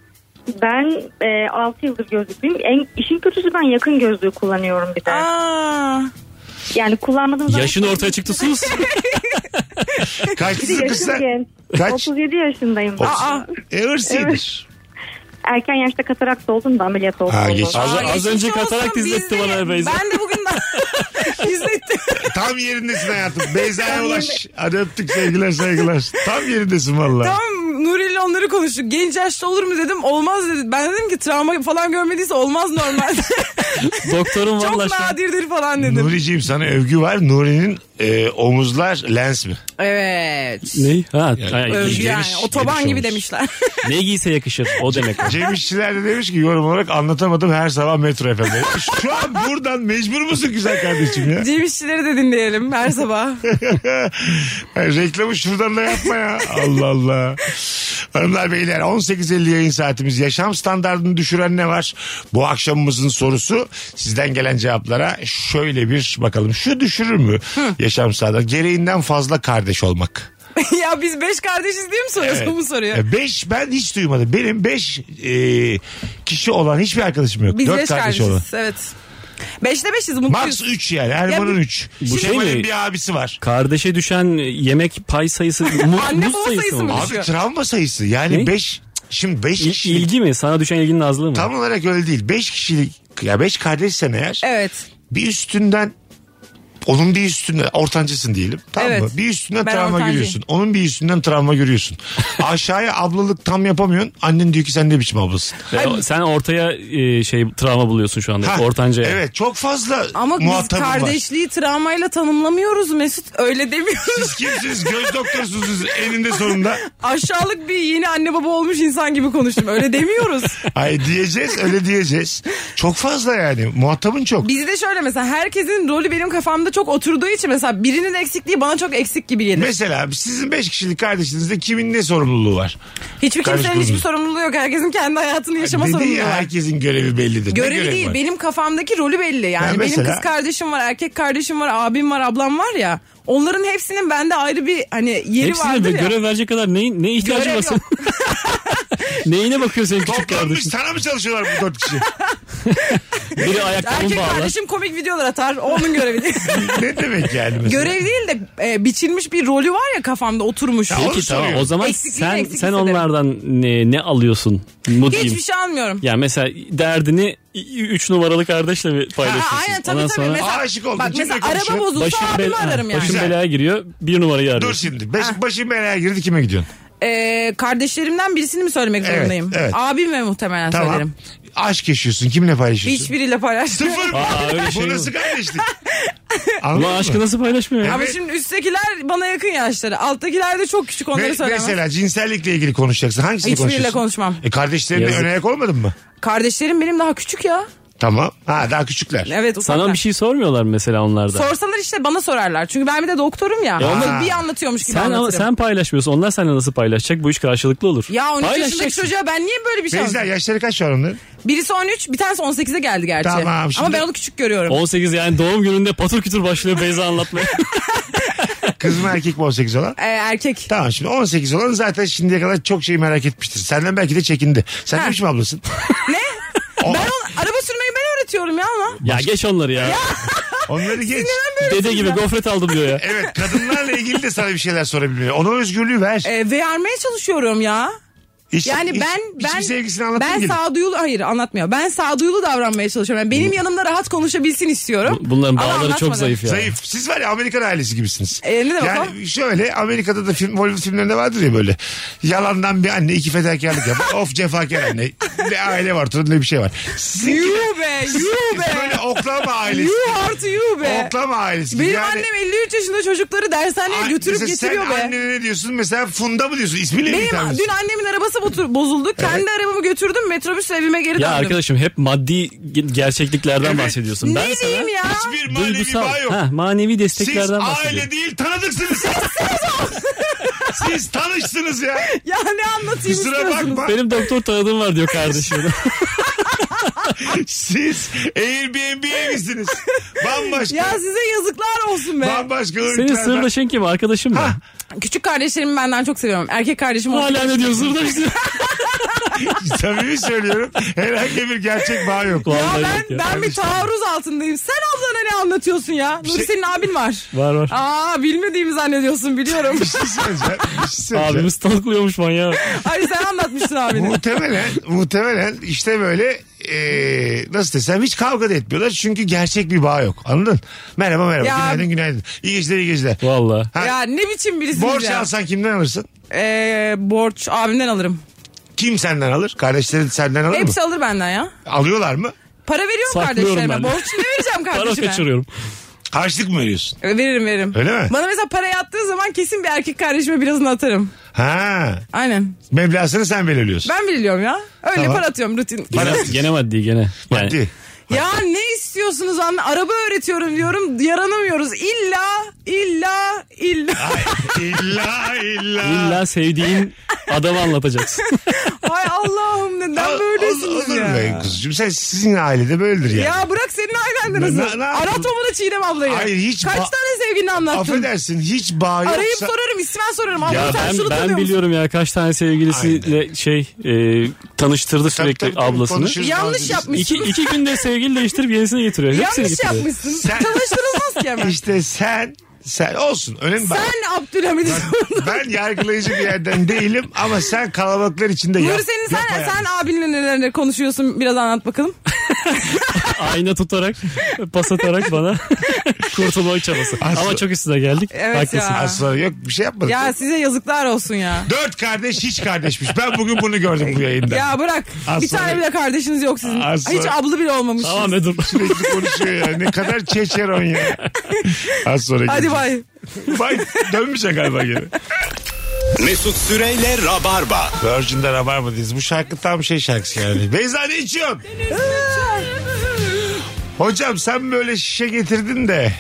Ben e, 6 yıldır gözlüklüyüm. En, işin kötüsü ben yakın gözlüğü kullanıyorum bir de. Aa, Yani kullanmadığım zaman... Yaşın ortaya çıktı sus. Kaçlısın kız Yaşım sen? genç. Kaç? 37 yaşındayım. ben. aa. E, hırsıymış. Erken yaşta katarak oldum da ameliyat oldum. Ha, geç. Az, Aa, az geçmiş önce olsun katarak izletti bizde. bana Beyza. Ben de bugün de izlettim. E, Tam yerindesin hayatım. Beyza'ya ulaş. Hadi öptük sevgiler saygılar. Tam yerindesin valla. Tamam Nuri ile onları konuştuk. Genç yaşta olur mu dedim. Olmaz dedi. Ben dedim ki travma falan görmediyse olmaz normalde. Doktorum Çok şey- valla şu an- nadirdir falan dedim. Nuri'ciğim sana övgü var. Nuri'nin e, omuzlar lens mi? Evet. Ne? Ha, Yani- ay, Övgü Geniş- yani. Otoban geniş gibi olmuş. demişler. ne giyse yakışır o demek. Cem İşçiler de demiş ki yorum olarak anlatamadım her sabah metro efendim. Şu an buradan mecbur musun güzel kardeşim ya? Cem İşçileri de dinleyelim her sabah. Ay, Reklamı şuradan da yapma ya. Allah Allah. Hanımlar beyler 18.50 yayın saatimiz. Yaşam standartını düşüren ne var? Bu akşamımızın sorusu sizden gelen cevaplara şöyle bir bakalım. Şu düşürür mü yaşam standartı? Gereğinden fazla kardeş olmak. ya biz beş kardeşiz diye mi soruyorsun bu soruyu? E, Beş ben hiç duymadım. Benim beş e, kişi olan hiçbir arkadaşım yok. Biz Dört beş kardeş kardeşiz. olan. Evet. Beşte beşiz Max mutluyuz. 3 yani. Erman'ın Ya bu- 3. Bu Bu şey mi? bir abisi var. Kardeşe düşen yemek pay sayısı mu, Anne muz baba sayısı sayısı mı? mı? Abi, Abi travma sayısı. Yani Ne? 5 şimdi 5 il- kişilik. ilgi mi? Sana düşen ilginin azlığı mı? Tam olarak öyle değil. 5 kişilik ya 5 kardeşsen eğer Evet. bir üstünden Onun bir üstüne ortancısın diyelim. Tamam mı? Evet. Bir üstünden Ben travma ortancıyım. görüyorsun. Onun bir üstünden travma görüyorsun. Aşağıya ablalık tam yapamıyorsun. Annen diyor ki sen ne biçim ablasın. Ve o- sen ortaya e, şey travma buluyorsun şu anda. Ha, Ortancaya. Evet çok fazla Ama biz muhatabım var. kardeşliği travmayla tanımlamıyoruz Mesut. Öyle demiyoruz. Siz kimsiniz? Göz doktorsunuz eninde sonunda. Aşağılık bir yeni anne baba olmuş insan gibi konuştum. Öyle demiyoruz. Ay diyeceğiz öyle diyeceğiz. Çok fazla yani. Muhatabın çok. Bizde şöyle mesela herkesin rolü benim kafamda çok oturduğu için mesela birinin eksikliği bana çok eksik gibi gelir. Mesela sizin 5 kişilik kardeşinizde kimin ne sorumluluğu var? Hiçbir kimsenin Karıştırdım. hiçbir sorumluluğu yok. Herkesin kendi hayatını yaşama Dedi sorumluluğu ya var. herkesin görevi bellidir. Ne Görevi görev değil. var? Benim kafamdaki rolü belli. Yani Ben mesela- benim kız kardeşim var, erkek kardeşim var, abim var, ablam var ya. Onların hepsinin bende ayrı bir hani yeri Hepsine vardır bir ya. görev verecek kadar ne, ne ihtiyacı Görev var senin? Neyine bakıyor senin küçük Toplanmış kardeşin? sana mı çalışıyorlar bu dört kişi? Biri ayaklarını Erkek bağlar. kardeşim komik videolar atar. o Onun görevi değil. ne demek yani mesela? görev değil de e, biçilmiş bir rolü var ya kafamda oturmuş. şey Ya Peki Onu tamam soruyorum. o zaman Eksikliğini sen eksik sen hissederim. onlardan ne, ne alıyorsun? Bu diyeyim. Hiçbir şey almıyorum. Yani mesela derdini 3 numaralı kardeşle mi paylaşıyorsun? Ha, aynen tabii Ondan tabii. sonra Mesela, Aşık oldun, Bak kimle mesela konuşuyorsun? araba bozulsa başın, abimi bel- ararım yani. başın Güzel. belaya giriyor bir numarayı Dur arıyorsun. şimdi. Beş, Ah. başı belaya girdi kime gidiyorsun? Ee, kardeşlerimden birisini mi söylemek Evet, zorundayım? evet. Abim ve muhtemelen Tamam. söylerim. Aşk yaşıyorsun. Kimle paylaşıyorsun? Hiçbiriyle paylaşmıyorum. Sıfır. Aa, öyle şey bu mi? nasıl kardeşlik? Anladın Ulan aşkı mı? nasıl paylaşmıyor ya? Ama Evet. şimdi üsttekiler bana yakın yaşları. Alttakiler de çok küçük onları Me- söylemem. mesela cinsellikle ilgili konuşacaksın. Hangisini Hiçbiriyle konuşacaksın? konuşmam. E kardeşlerine Yazık. öne ayak olmadın mı? Kardeşlerim benim daha küçük ya. Tamam. Ha daha küçükler. Evet ufaklar. Sana bir şey sormuyorlar mı mesela onlarda. Sorsalar işte bana sorarlar. Çünkü ben bir de doktorum ya. Ya Şimdi ama- bir anlatıyormuş gibi sen ama anlatırım. sen paylaşmıyorsun. Onlar seninle nasıl paylaşacak? Bu iş karşılıklı olur. Ya 13 yaşındaki Paylaşacaksın. çocuğa ben niye böyle bir şey Beyza anlatayım? yaşları kaç şu an onların? Birisi 13 bir tanesi 18'e geldi gerçi. Tamam, şimdi- Ama ben onu küçük görüyorum. 18 yani doğum gününde patır kütür başlıyor Beyza anlatmaya. Kız mı erkek mi 18 olan? Ee, erkek. Tamam şimdi 18 olan zaten şimdiye kadar çok şey merak etmiştir. Senden belki de çekindi. Sen ne biçim ablasın? ne? O- Ben ona- araba sürmeyi ben öğretiyorum ya ama. ya geç onları ya. Onları geç. Dede gibi gofret aldım diyor ya. Evet kadınlarla ilgili de sana bir şeyler sorabilmiyor. Ona özgürlüğü ver. Ee, vermeye çalışıyorum ya. Hiç- Yani hiç- ben ben hiçbir sevgisini anlatmıyor ben gibi. sağduyulu hayır anlatmıyor. Ben sağduyulu davranmaya çalışıyorum. Yani benim yanımda rahat konuşabilsin istiyorum. Bunların Ama bağları çok anlatmadı. zayıf ya. Zayıf. Siz var ya Amerikan ailesi gibisiniz. E, ne demek yani şöyle Amerika'da da film, Hollywood filmlerinde vardır ya böyle. Yalandan bir anne iki fedakarlık yapar. of cefakar anne. Ne aile var torun ne bir şey var. Sizin gibi Yuh be yuh be. böyle oklama ailesi. yuh artı yuh be. Oklama ailesi. gibi. Benim Yani- annem 53 yaşında çocukları dershaneye Ay, götürüp mesela sen getiriyor be. annene ne diyorsun? Mesela Funda mı diyorsun? İsmiyle mi hitap Benim ediyorsun? dün annemin arabası botu- bozuldu. Kendi arabamı götürdüm metrobüsle evime geri Ya döndüm. arkadaşım hep maddi gerçekliklerden Evet. bahsediyorsun. ne Ben sana diyeyim ya? Hiçbir manevi bağ yok. Ha, manevi Siz desteklerden bahsediyorum. aile değil tanıdıksınız. Siz tanıştınız ya. Ya ne anlatayım Kusura istiyorsunuz? bakma. Benim doktor tanıdığım var diyor kardeşim. Siz Airbnb'ye misiniz? Bambaşka. Ya size yazıklar olsun be. Bambaşka Senin ırklardan. sırdaşın kim arkadaşım mı? Küçük kardeşlerimi benden çok seviyorum. Erkek kardeşim olsun. Hala ne diyor sırdaş diyor. Samimi söylüyorum. Herhangi bir gerçek bağ yok. Ya Vallahi yok ben, ya. ben bir taarruz altındayım. Sen ablana ne anlatıyorsun ya? şey- Nuri senin abin var. Var var. Aa bilmediğimi zannediyorsun biliyorum. Bir şey söyleyeceğim. Bir şey söyleyeceğim. Abimiz stalkluyormuş manyağı. Ay sen anlatmıştın abini. Muhtemelen, muhtemelen işte böyle e, nasıl desem hiç kavga da etmiyorlar çünkü gerçek bir bağ yok. Anladın? Merhaba merhaba. Ya- Günaydın günaydın. İyi geceler iyi geceler. Valla. Ha, Ya ne biçim birisiniz borç ya? alsan kimden alırsın? Ee, borç abimden alırım. Kim senden alır? Kardeşlerin senden alır mı? Hepsi alır benden ya. Alıyorlar mı? Para veriyorum Saklıyorum kardeşlerime. ben de. Borç ne vereceğim Para kardeşime? kaçırıyorum. Harçlık mı veriyorsun? E, Veririm veririm. Öyle mi? Bana mesela para yattığı zaman kesin bir erkek kardeşime birazını atarım. Ha. Aynen. Meblağsını sen belirliyorsun. Ben biliyorum ya. Öyle Tamam. para atıyorum rutin. Gene, gene maddi gene. Yani Maddi. Ya ne istiyorsunuz anne? Araba öğretiyorum diyorum. Yaranamıyoruz. İlla, illa, illa. illa illa. İlla sevdiğin adamı anlatacaksın. Ay Allah'ım neden Ol- böylesiniz olur ya? be kuzucuğum. Sen sizin ailede böyledir yani. Ya bırak senin ailen de Ne- nasıl? ne- ne Ara yaptın? Tomun'u Çiğdem ablayı. Hayır, hiç Kaç ba- tane sevgilini anlattın? Affedersin hiç bağ yoksa. Arayıp sorarım, ismen sorarım. Abla ya sen ben, şunu ben tanıyor musun? biliyorum ya kaç tane sevgilisiyle şey e, tanıştırdı Tabii, sürekli tabii, tabii, ablasını. konuşuruz, Yanlış konuşuruz. yapmış. İki, iki günde sevgili değiştirip yenisini getiriyor. Hepsini Yanlış getiriyor. yapmışsın. Sen- Tanıştırılmaz ki hemen. İşte sen sen olsun. Önemli bak. Sen Abdülhamid'i sordun. Ben yargılayıcı bir yerden değilim ama sen kalabalıklar içinde yap. Nuri senin sen, yap sen abinle nelerle konuşuyorsun biraz anlat bakalım. ayna tutarak, pas atarak bana kurtulma çabası. Aslı- Ama çok üstüne geldik. Evet Haklısın. ya. Aslı yok bir şey yapmadık. Ya size yazıklar olsun ya. Dört kardeş hiç kardeşmiş. Ben bugün bunu gördüm bu yayında. Ya bırak. Az bir sonra- tane bile kardeşiniz yok sizin. Az sonra- Hiç ablı bile olmamışsınız. Tamam Edun. Sürekli konuşuyor ya. Ne kadar çeçeron ya. Az sonra Hadi geleceğiz. bay. Bay dönmeyecek galiba geri. Mesut Süreyle Rabarba. Virgin'de Rabarba'dayız. Bu şarkı tam şey şarkısı yani. Beyza ne içiyorsun? Hocam sen böyle şişe getirdin de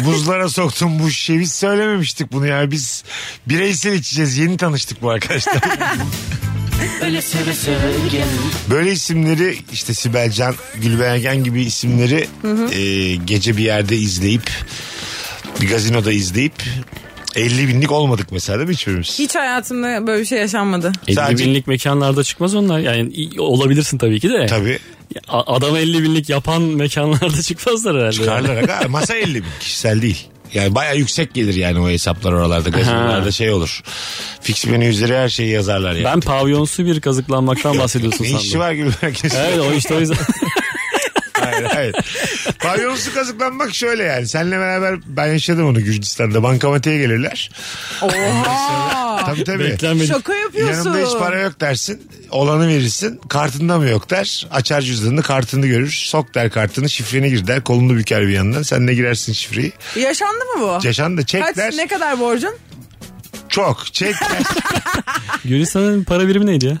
buzlara soktun bu şişeyi. Biz söylememiştik bunu ya. Biz bireysel içeceğiz. Yeni tanıştık bu arkadaşlar. Böyle isimleri işte Sibel Can, Gülben Ergen gibi isimleri e, gece bir yerde izleyip bir gazinoda izleyip 50 binlik olmadık mesela değil mi hiçbirimiz? Hiç hayatımda böyle bir şey yaşanmadı. 50 Sadece- binlik mekanlarda çıkmaz onlar. Yani i- olabilirsin tabii ki de. Tabii. A- Adam 50 binlik yapan mekanlarda çıkmazlar herhalde. yani. Çıkarlar aga. Masa 50 bin kişisel değil. Yani baya yüksek gelir yani o hesaplar oralarda gazinolarda şey olur. Fix menü üzeri her şeyi yazarlar yani. Ben pavyonsu bir kazıklanmaktan bahsediyorsun ne işi sandım. var gibi herkes. Evet o işte o yüzden. hayır hayır. Pavyonsu kazıklanmak şöyle yani. Seninle beraber ben yaşadım onu Gürcistan'da. Bankamatiğe gelirler. Ah, Oha. Tabii tabii. Beklenmedik. Şaka yapıyorsun. Yanımda hiç para yok dersin. Olanı verirsin. Kartında mı yok der. Açar cüzdanını kartını görür. Sok der kartını şifreni gir der. Kolunu büker bir yandan. Sen de girersin şifreyi. Yaşandı mı bu? Yaşan da çek Kaç, der. ne kadar borcun? Çok çek der. Gülistan'ın para birimi neydi ya?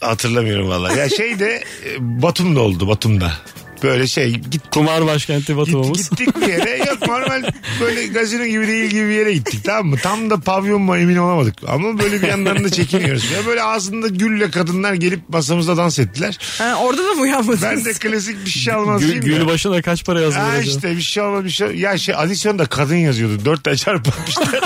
Hatırlamıyorum valla. Ya şey de e, Batum'da oldu Batum'da. Böyle şey git, Kumar başkenti git- Batum'umuz. gittik bir yere yok normal böyle gazino gibi değil gibi bir yere gittik tamam mı? Tam da pavyon mu emin olamadık ama böyle bir yandan da çekiniyoruz. Ya böyle ağzında gülle kadınlar gelip masamızda dans ettiler. Ha, orada da mı uyanmadınız? Ben de klasik bir şey almaz Gül, diyeyim gül ya. başına kaç para yazdın Ha acaba? işte bir şey olmaz bir şey olmaz. Ya şey adisyonda kadın yazıyordu. Dört tane çarpılmışlar.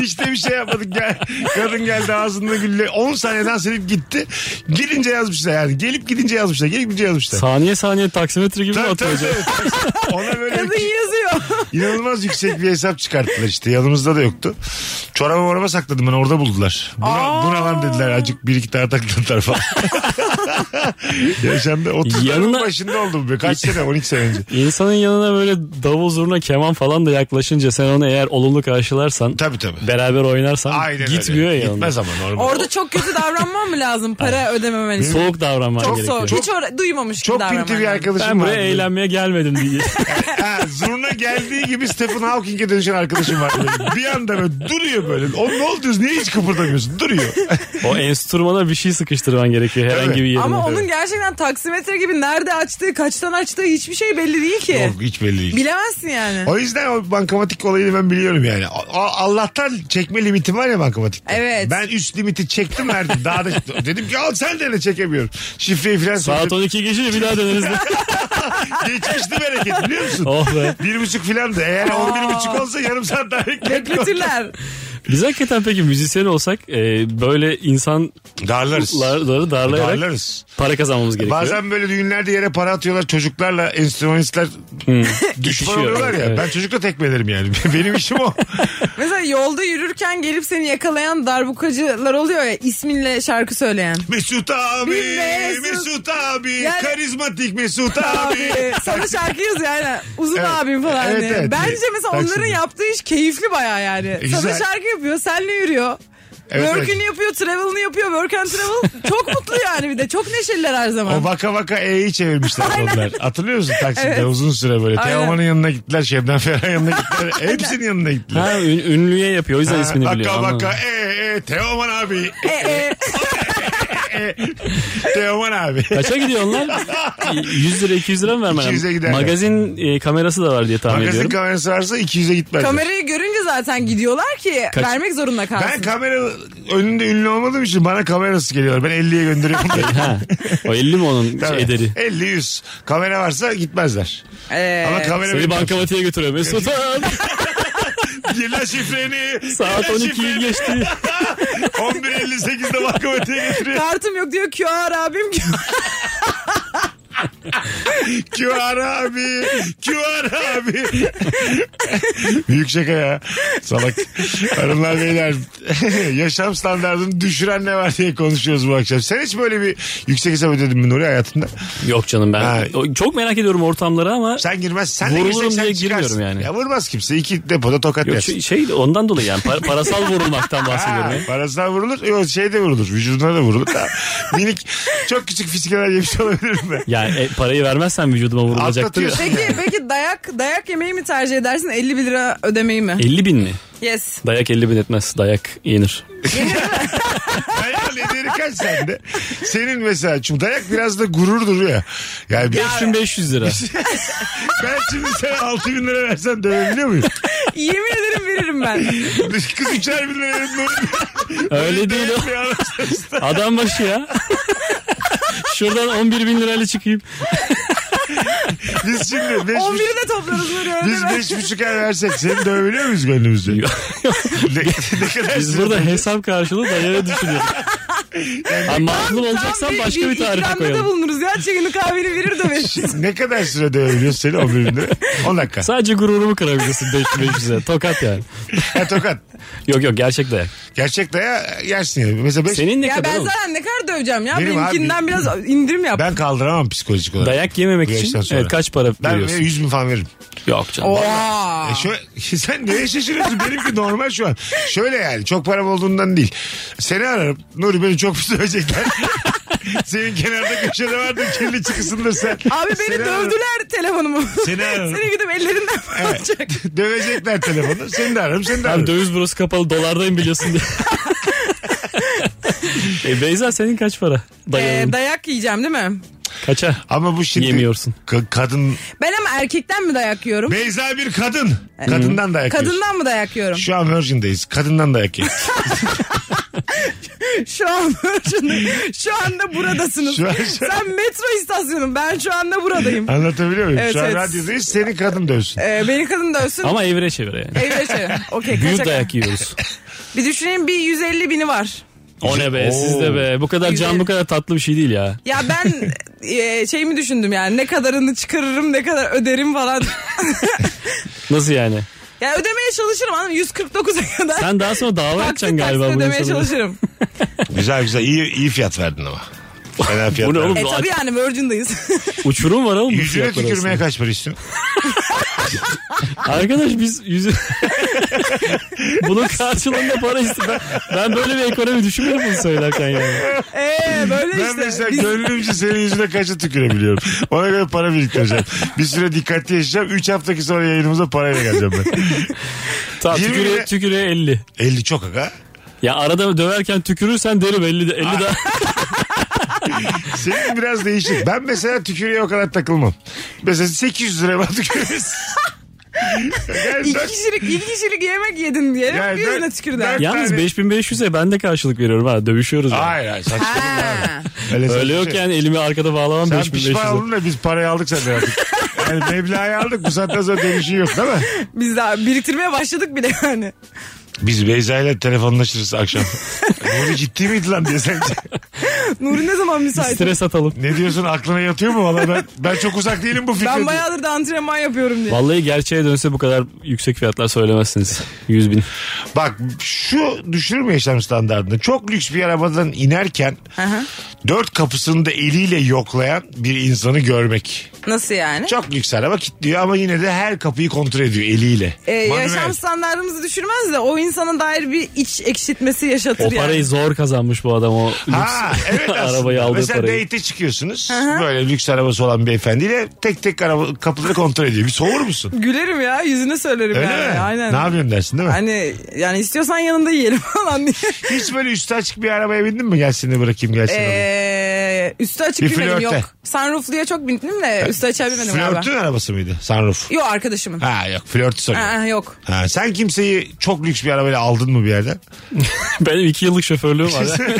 Hiç de bir şey yapmadık. Gel, kadın geldi ağzında gülle. 10 saniye dans edip gitti. Gelince yazmışlar yani. Gelip gidince yazmışlar. Gelip gidince yazmışlar. Saniye saniye taksimetre gibi Tabii, atıyor tabii, hocam. tabii. Ona böyle Kadın yazıyor. inanılmaz yüksek bir hesap çıkarttılar işte. Yanımızda da yoktu. Çorabı moraba sakladım ben orada buldular. Buna, Aa. buna lan dediler acık bir iki tane takladılar falan. Yaşandı. 30'ların Yanına- başında oldum. Be. Kaç sene? 12 sene önce. İnsanın yanına böyle davul zurna keman falan da yaklaşınca sen onu eğer olumlu karşılarsan Tabii tabii. beraber oynarsan Aynen gitmiyor öyle. ya yanına. Gitmez ama normal. Orada çok kötü davranman mı lazım para ödememen için? Soğuk davranman Çok gerekiyor. soğuk. Hiç öyle- duymamış gibi çok davranman pinti bir lazım. arkadaşım Ben buraya vardı. eğlenmeye gelmedim diye. Ha, zurna geldiği gibi Stephen Hawking'e dönüşen arkadaşım vardı. benim. Bir anda böyle duruyor böyle. O ne oldu? Niye hiç kıpırdamıyorsun? Duruyor. o enstrümana bir şey sıkıştırman gerekiyor herhangi Tabii. bir yerine. Ama onun gerçekten taksimetre gibi nerede açtığı, kaçtan açtığı hiçbir şey belli değil ki. Yok hiç belli değil. Bilemezsin yani. O yüzden o bankamatik olayını ben biliyorum yani. A- a- Allah'tan çekme limitim var ya bankamatikte. Evet. Ben üst limiti çektim verdim. Daha da dedim ki al sen de ne çekemiyorum. Şifreyi filan Saat söyledim. 12 geçince bir daha döneriz de. Geçmişti bereket biliyor musun? oh be. Bir buçuk filandı. Eğer on bir buçuk olsa yarım saat daha beklettim. Kötüler. Biz hakikaten peki müzisyen olsak e, böyle insanları Darlarız. darlayarak Darlarız. para kazanmamız gerekiyor. Bazen böyle düğünlerde yere para atıyorlar çocuklarla enstrümanistler düşman İtişiyor, oluyorlar ya. evet. Ben çocukla tekmelerim yani. Benim işim o. Mesela yolda yürürken gelip seni yakalayan darbukacılar oluyor ya isminle şarkı söyleyen. Mesut abi, Bir Mesut, Mesut. abi, Yani- karizmatik Mesut abi. Abi sana şarkı yazıyor yani uzun Evet. abim falan Evet, diye. evet. Bence mesela Taksim'de. onların yaptığı iş keyifli baya yani. Sana güzel. şarkı yapıyor senle yürüyor. Evet, Work'ünü evet. yapıyor, travel'ını yapıyor, work and travel. Çok mutlu yani bir de. Çok neşeliler her zaman. O vaka vaka E'yi çevirmişler onlar. Hatırlıyor musun Taksim'de Evet. uzun süre böyle. Aynen. Teoman'ın yanına gittiler, Şebnem Ferah'ın yanına gittiler. Hepsinin yanına gittiler. Ha, ün- ünlüye yapıyor o yüzden Ha, ismini vaka biliyor. anladım. vaka e e Teoman abi. E, e. Teoman abi. Kaça gidiyor onlar? 100 lira 200 lira mı vermen 200'e lazım? giderler. Magazin e, kamerası da var diye tahmin Magazin ediyorum. kamerası varsa 200'e gitmezler. Kamerayı görünce zaten gidiyorlar ki Kaç- vermek zorunda kalsın. Ben kamera önünde ünlü olmadığım için bana kamerası geliyor. Ben 50'ye gönderiyorum. ha. O 50 mi onun Tabii. ederi? 50 100. Kamera varsa gitmezler. Ee, Ama kamera Seni bankamatiğe götürüyor Mesut abi. Gir lan şifreni. Saat Gir lan 12'yi şifreni. geçti. 11.58'de bankamatiğe getiriyor. Kartım yok diyor QR abim. QR abi. QR abi. Büyük şaka ya. Salak. Hanımlar beyler. Yaşam standartını düşüren ne var diye konuşuyoruz bu akşam. Sen hiç böyle bir yüksek hesap ödedin mi Nuri hayatında? Yok canım ben. Ha. O- Çok merak ediyorum ortamlara ama Sen girmez. Sen de Vurulurum girsek sen diye çıkarsın. girmiyorum yani. Ya vurmaz kimse. İki depoda tokat yok yersin. şey- şey ondan dolayı yani par- parasal vurulmaktan bahsediyorum. Ha, ya. parasına vurulur. Yok şey de vurulur. Vücuduna da vurulur. da. Minik çok küçük fizikeler yemiş olabilirim ben. Yani e, parayı vermezsen vücuduma vurulacaktır. Atlatıyorsun. Peki peki dayak dayak yemeyi mi tercih edersin 51 lira ödemeyi mi? 50 bin mi? Yes. Dayak 50 bin etmez. Dayak yenir. Hayal ederi kaç sende? Senin mesela çünkü dayak biraz da gururdur ya. Yani bir- 3500 lira. ben şimdi sana 6 bin lira versem dövebiliyor muyum? Yemin ederim veririm ben. Kız 3'er bin lira verin. Öyle değil o. Adam başı ya. Şuradan 11 bin lirayla çıkayım. Biz şimdi 5 11'i de toplarız Nuri öyle biz mi? beş buçuker versek seni dövebiliyor muyuz gönlümüzde? ne, ne kadar Biz sinir burada bozucu. hesap karşılığı dayağı düşünüyoruz. Yani mazlum olacaksan başka bir tarife ikramda koyalım. bulunuruz ya. Çayını kahveni verir de verir. ne kadar süre dövebiliyoruz seni 11 bin lira? 10 dakika. Sadece gururumu kırabilirsin 5500'e. Tokat yani. Ha, tokat. Yok yok gerçek dayak. Gerçek daya yersin ya. Mesela 5 Senin ne ya kadar ben oğlum? zaten ne kadar döveceğim ya. Benim Benimkinden abi- biraz indirim yap. ben kaldıramam psikolojik olarak. Dayak yememek Bu yaştan için sonra. evet, kaç para ben veriyorsun? 100 bin falan veririm. Yok canım. Oha. E şöyle, sen neye şaşırıyorsun? Benimki normal şu an. Şöyle yani çok param olduğundan değil. Seni ararım. Nuri beni çok dövecekler. Senin kenarda köşede vardı kirli çıkısında sen. Abi beni Seni ararım. dövdüler telefonumu. Seni ararım. Seni gidip ellerinden Evet. alacak. Ee, Dövecekler telefonu. Seni de ararım. Seni de Abi ararım. döviz burası kapalı dolardayım biliyorsun diye. e Beyza senin kaç para? Ee, Dayağın. dayak yiyeceğim değil mi? Kaça? Ama bu şimdi Yemiyorsun. Ka- kadın Ben ama erkekten mi dayak yiyorum? Beyza bir kadın. Kadından dayak yiyorsun. Kadından mı dayak yiyorum? Şu an Virgin'deyiz. Kadından dayak yiyorsun. Şu an şu anda buradasınız. Şu an- Sen metro istasyonu. Ben şu anda buradayım. Anlatabiliyor muyum? Evet, Şu an evet. radyodayız. Seni kadın dövsün. Ee, beni kadın dövsün. Ama evire çevire yani. Evde şey. Okey. Büyük kaçak- dayak yiyoruz. Bir düşüneyim bir 150 bini var. O ne be siz de be. Bu kadar Güzel. can bu kadar tatlı bir şey değil ya. Ya ben e, şey mi düşündüm yani ne kadarını çıkarırım ne kadar öderim falan. Nasıl yani? ya ödemeye çalışırım hanım 149'a kadar. Sen daha sonra dava Taksit taksit edeceksin galiba. bu ödemeye insanlara. çalışırım. Güzel güzel. İyi, iyi fiyat verdin ama. Fena fiyat Bu ne verdin. oğlum? e Bu tabii aç- yani Virgin'dayız. Uçurum var oğlum. bu Yüzüne fiyatlar tükürmeye kaç para istiyorsun? arasında. Arkadaş biz yüzü... Bunun karşılığında para istedim. Ben, ben böyle bir ekonomi düşünmüyorum bunu söylerken yani. Eee E, böyle Ben işte. mesela Biz- gönlümce senin yüzüne kaça tükürebiliyorum. Ona göre para biriktireceğim. Bir süre dikkatli yaşayacağım. 3 haftaki sonra yayınımıza parayla geleceğim ben. Tamam Yirmi tüküre, lira- tüküre 50. 50 çok aga. Ya arada döverken tükürürsen derim 50, de, 50 daha. Senin biraz değişik. Ben mesela tükürüğe o kadar takılmam. Mesela 800 liraya bana tükürürüz. Yani İki dört- kişilik, iki kişilik yemek yedin diye Yani bir dört- yüzüne tükürdü. dört- Yalnız tane- 5500'e ben de karşılık veriyorum ha. Dövüşüyoruz yani. Hayır hayır saçmalama. Ha. Öyle, Öyle saçma yok şey. yani elimi arkada bağlamam Sen pişman 5500'e. oldun da biz parayı aldık senden artık. Yani meblağı aldık bu saatten sonra dönüşü yok değil mi? Biz daha biriktirmeye başladık bile yani. Biz Beyza ile telefonlaşırız akşam. Nuri ciddi miydi lan diye sence? Nuri ne zaman müsait? Stres atalım. Ne diyorsun aklına yatıyor mu valla ben, ben çok uzak değilim bu fikre. Ben diyor. bayağıdır da antrenman yapıyorum diye. Vallahi gerçeğe dönse bu kadar yüksek fiyatlar söylemezsiniz. 100 bin. Bak şu düşürür mü yaşam standartını? Çok lüks bir arabadan inerken Aha. dört kapısını da eliyle yoklayan bir insanı görmek. Nasıl yani? Çok lüks araba kilitliyor ama yine de her kapıyı kontrol ediyor eliyle. Ee, Manuel. yaşam standartımızı düşürmez de o insana dair bir iç ekşitmesi yaşatır O yani. parayı zor kazanmış bu adam o lüks Ha evet aslında. arabayı aldığı Mesela parayı. date'e çıkıyorsunuz. Böyle lüks arabası olan beyefendiyle tek tek araba, kapıları kontrol ediyor. Bir soğur musun? Gülerim ya yüzüne söylerim Öyle yani. mi? Aynen. Ne yapıyorsun dersin değil mi? Hani yani istiyorsan yanında yiyelim falan diye. Hiç böyle üstü açık bir arabaya bindin mi? Gel seni bırakayım gel seni alayım. Ee, üstü açık Bir bilmedim flörte. yok. Sunroofluya çok bindim de üstü açığa binmedim galiba. Flörtün arabası mıydı? Sunroof. Yok arkadaşımın. Ha yok flörtü soruyorum. Aa, yok. Ha, sen kimseyi çok lüks bir arabayla aldın mı bir yerden? Benim 2 yıllık şoförlüğüm var. ya.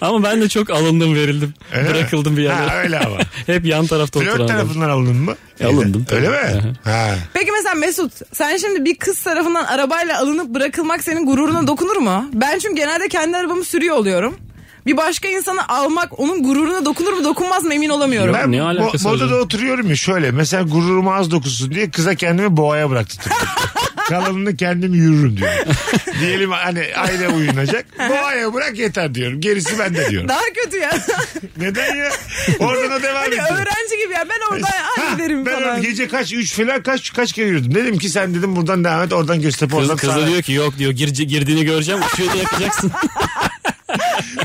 Ama ben de çok alındım verildim. Öyle mi? Bırakıldım bir Ha, yerlere. öyle ama. Hep yan tarafta oturan Flört adam. tarafından alındın mı? E, alındım tabii. Öyle mi? ha. Peki mesela Mesut sen şimdi bir kız tarafından arabayla alınıp bırakılmak senin gururuna dokunur mu? Ben çünkü genelde kendi arabamı sürüyor oluyorum. bir başka insanı almak onun gururuna dokunur mu dokunmaz mı emin olamıyorum. Ben ne mo- alakası var modada canım? oturuyorum ya şöyle. Mesela gururuma az dokusun diye kıza kendimi boğaya bıraktım. Kalanını kendim yürürüm diyorum. Diyelim hani aile uyunacak. Boğaya bırak yeter diyorum. Gerisi bende diyorum. Daha kötü ya. Neden ya? Oradan da devam hani ediyor. öğrenci gibi ya ben orada hallederim ben falan. öyle gece kaç üç falan kaç kaç kere yürüdüm. Dedim ki sen dedim buradan devam et oradan Göztepe Kız, oradan kıza sağa. diyor ki yok diyor gir, girdiğini göreceğim ışığı da yakacaksın.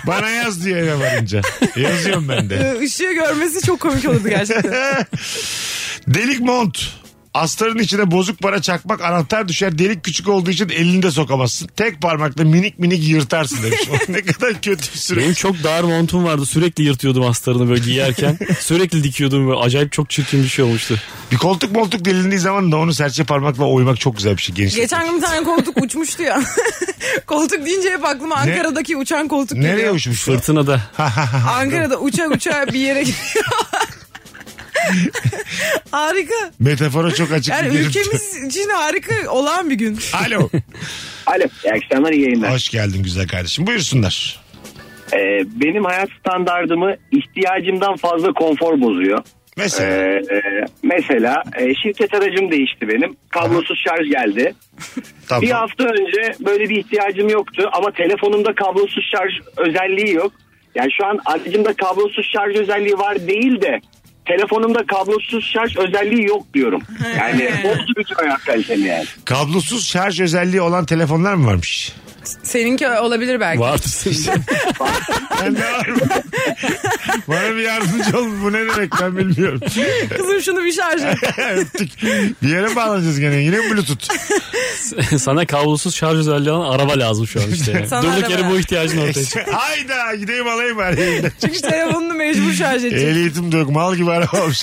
Bana yaz diye eve varınca. Yazıyorum ben de. Ee, Işığı görmesi çok komik olurdu gerçekten. Delik mont. Astarın içine bozuk para çakmak anahtar düşer. Delik küçük olduğu için elini de sokamazsın. Tek parmakla minik minik yırtarsın demiş. O ne kadar kötü bir süre. Benim çok dar montum vardı sürekli yırtıyordum astarını böyle giyerken. sürekli dikiyordum böyle acayip çok çirkin bir şey olmuştu. Bir koltuk moltuk delindiği zaman da onu serçe parmakla oymak çok güzel bir şey. Genişlik. Geçen gün bir tane koltuk uçmuştu ya. koltuk deyince hep aklıma Ankara'daki uçan koltuk Nereye geliyor. uçmuş? o? Fırtınada. Ankara'da uça uça bir yere gidiyor. harika. Metafora çok açık Yani bir benim. ülkemiz için harika olan bir gün. Alo. Alo. İyi akşamlar iyi yayınlar. Hoş geldin güzel kardeşim. Buyursunlar. Ee, benim hayat standardımı ihtiyacımdan fazla konfor bozuyor. Ee, Mesela. e, mesela e, şirket aracım değişti benim. Kablosuz şarj geldi. tamam. Bir hafta önce böyle bir ihtiyacım yoktu ama telefonumda kablosuz şarj özelliği yok. Yani şu an aracımda kablosuz şarj özelliği var değil de telefonumda kablosuz şarj özelliği yok diyorum. Yani bozdu bütün hayat kalitemi yani. Kablosuz şarj özelliği olan telefonlar mı varmış? Seninki olabilir belki. Vardır işte. Bende var mı? Bana bir yardımcı olun. Bu ne demek ben bilmiyorum. Kızım şunu bir şarj et. Öptük. Bir yere mi bağlanacağız gene. Yine mi Bluetooth? Sana kablosuz şarj özelliği olan araba lazım şu an işte. yani. Sana Durduk araba. yere bu ihtiyacın ortaya çıkıyor. Hayda gideyim alayım bari elinden. Çünkü telefonunu mecbur şarj edecek. Ehliyetim de yok. Mal gibi araba olmuş.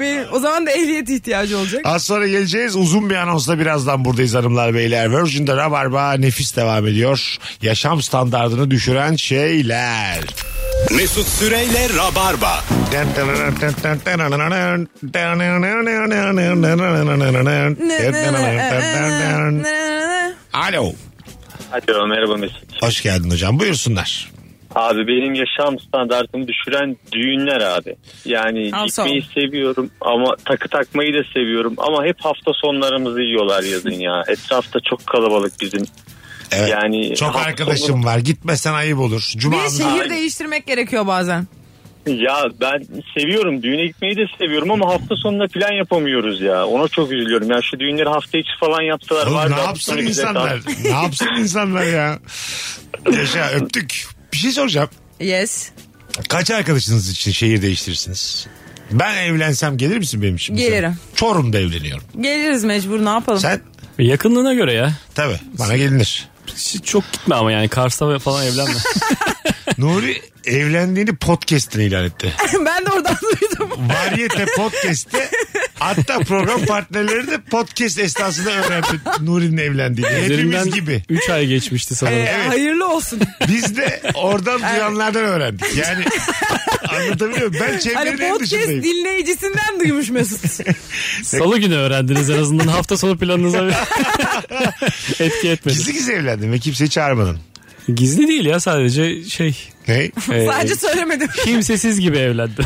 Benim, o zaman da ehliyet ihtiyacı olacak. Az sonra geleceğiz. Uzun bir anonsla birazdan buradayız hanımlar beyler. Virgin'de Rabarba nefis devam ediyor. Yaşam standartını düşüren şeyler. Mesut Süreyle Rabarba. Alo. Alo merhaba Mesut. Hoş geldin hocam. Buyursunlar. Abi benim yaşam standartımı düşüren düğünler abi. Yani Al son. gitmeyi seviyorum ama takı takmayı da seviyorum ama hep hafta sonlarımızı yiyorlar yazın ya. Etrafta çok kalabalık bizim. Evet. Yani Çok hafta arkadaşım var. Gitmesen ayıp olur. Cuma Bir şey şehir değiştirmek gerekiyor bazen. Ya ben seviyorum düğüne gitmeyi de seviyorum ama hafta sonunda plan yapamıyoruz ya. Ona çok üzülüyorum. Ya şu düğünleri hafta içi falan yaptılar. Oğlum var ne da hafta yapsın sonu bize insanlar? ne yapsın insanlar ya? Yaşa öptük. Bir şey soracağım. Yes. Kaç arkadaşınız için şehir değiştirirsiniz? Ben evlensem gelir misin benim şimdi? Gelirim. Çorum'da evleniyorum. Geliriz mecbur, ne yapalım? Sen Yakınlığına göre ya. tabii bana gelinir. Hiç Çok gitme ama yani Kars'ta falan evlenme. Nuri evlendiğini podcast'ine ilan etti. ben de oradan duydum. Variyete podcast'te hatta program partnerleri de podcast esnasında öğrendi Nuri'nin evlendiğini. Hepimiz gibi. 3 ay geçmişti sanırım. Ee, Hayırlı olsun. Biz de oradan duyanlardan öğrendik. Yani anlatabiliyor muyum? Ben Hani çevrenin en podcast dışındayım. dinleyicisinden duymuş Mesut. Salı günü öğrendiniz en azından hafta sonu planınıza bir etki etmedi. Gizli gizli evlendim ve kimseyi çağırmadın. Gizli değil ya sadece şey. Ne? e, Sadece söylemedim. kimsesiz gibi evlendim.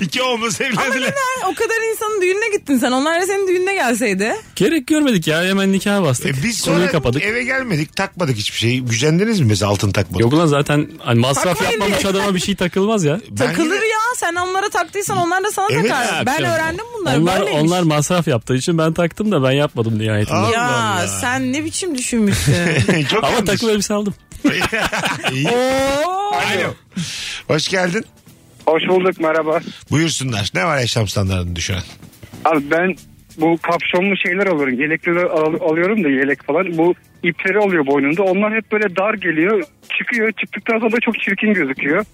İki omuz evlendiler. Ha, o kadar insanın düğününe gittin sen. Onlar da senin düğününe gelseydi. Gerek görmedik ya hemen nikaha bastık. E biz Konuyu sonra kapadık. eve gelmedik takmadık hiçbir şeyi. Gücendiniz mi mesela altın takmadık? Yok lan zaten hani masraf Takmayın yapmamış diye. adama bir şey takılmaz ya. Ben Takılır yine- ya. Sen onlara taktıysan onlar da sana Evet. takar. Ha, ben canım. öğrendim bunları. Onlar, Böyleymiş. onlar masraf yaptığı için ben taktım da ben yapmadım nihayetinde. Allah Ya Allah. sen ne biçim düşünmüşsün. Çok Ama yanlış. takım elbise aldım. İyi. Oo. Alo. Hoş geldin. Hoş bulduk merhaba. Buyursunlar. Ne var yaşam standartını düşüren? Abi ben bu kapşonlu şeyler alıyorum. Yelekleri al- alıyorum da yelek falan. Bu ipleri oluyor boynunda. Onlar hep böyle dar geliyor. Çıkıyor. Çıktıktan sonra da çok çirkin gözüküyor.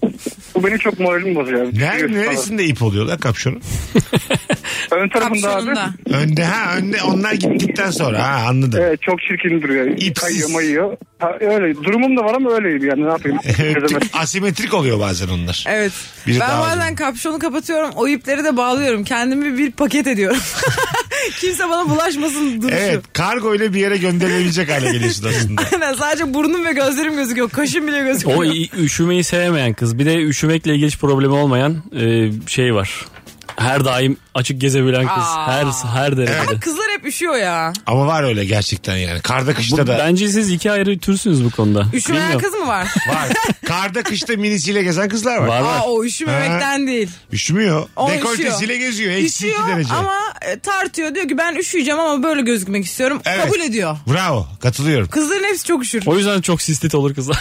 Bu beni çok moralim bozuyor. Ne, neresinde ip oluyor lan kapşonun? Ön tarafında abi. Kapşonunda. Önde ha önde onlar gittikten sonra ha anladım. Evet çok çirkin duruyor. İpsiz. Kayıyor mayıyor. Ha, öyle durumum da var ama öyleyim yani ne yapayım. Çözemez. Asimetrik oluyor bazen onlar. Evet. Biri ben daha bazen uzun. kapşonu kapatıyorum. O ipleri de bağlıyorum. Kendimi bir paket ediyorum. Kimse bana bulaşmasın duruşu. Evet kargo ile bir yere gönderilebilecek hale geliyorsun aslında. Aynen sadece burnum ve gözlerim gözüküyor. Kaşım bile gözüküyor. O i- üşümeyi sevmeyen kız. Bir de üşümekle ilgili hiç problemi olmayan e, şey var. Her daim açık gezebilen kız. Aa. Her her derecede. Ama kızlar hep üşüyor ya. Ama var öyle gerçekten yani. Karda Bu- kışta da Bence siz iki ayrı türsünüz bu konuda. Üşümeyen Bilmiyorum. kız mı var? var. Karda kışta minisiyle gezen kızlar var. Var var. Aa, o üşümemekten değil. Üşümüyor. O Dekoltesiyle üşüyor. geziyor. Eksi iki Üşüyor derece. ama e, tartıyor. Diyor ki ben üşüyeceğim ama böyle gözükmek istiyorum. Evet. Kabul ediyor. Bravo katılıyorum. Kızların hepsi çok üşür. O yüzden çok sistit olur kızlar.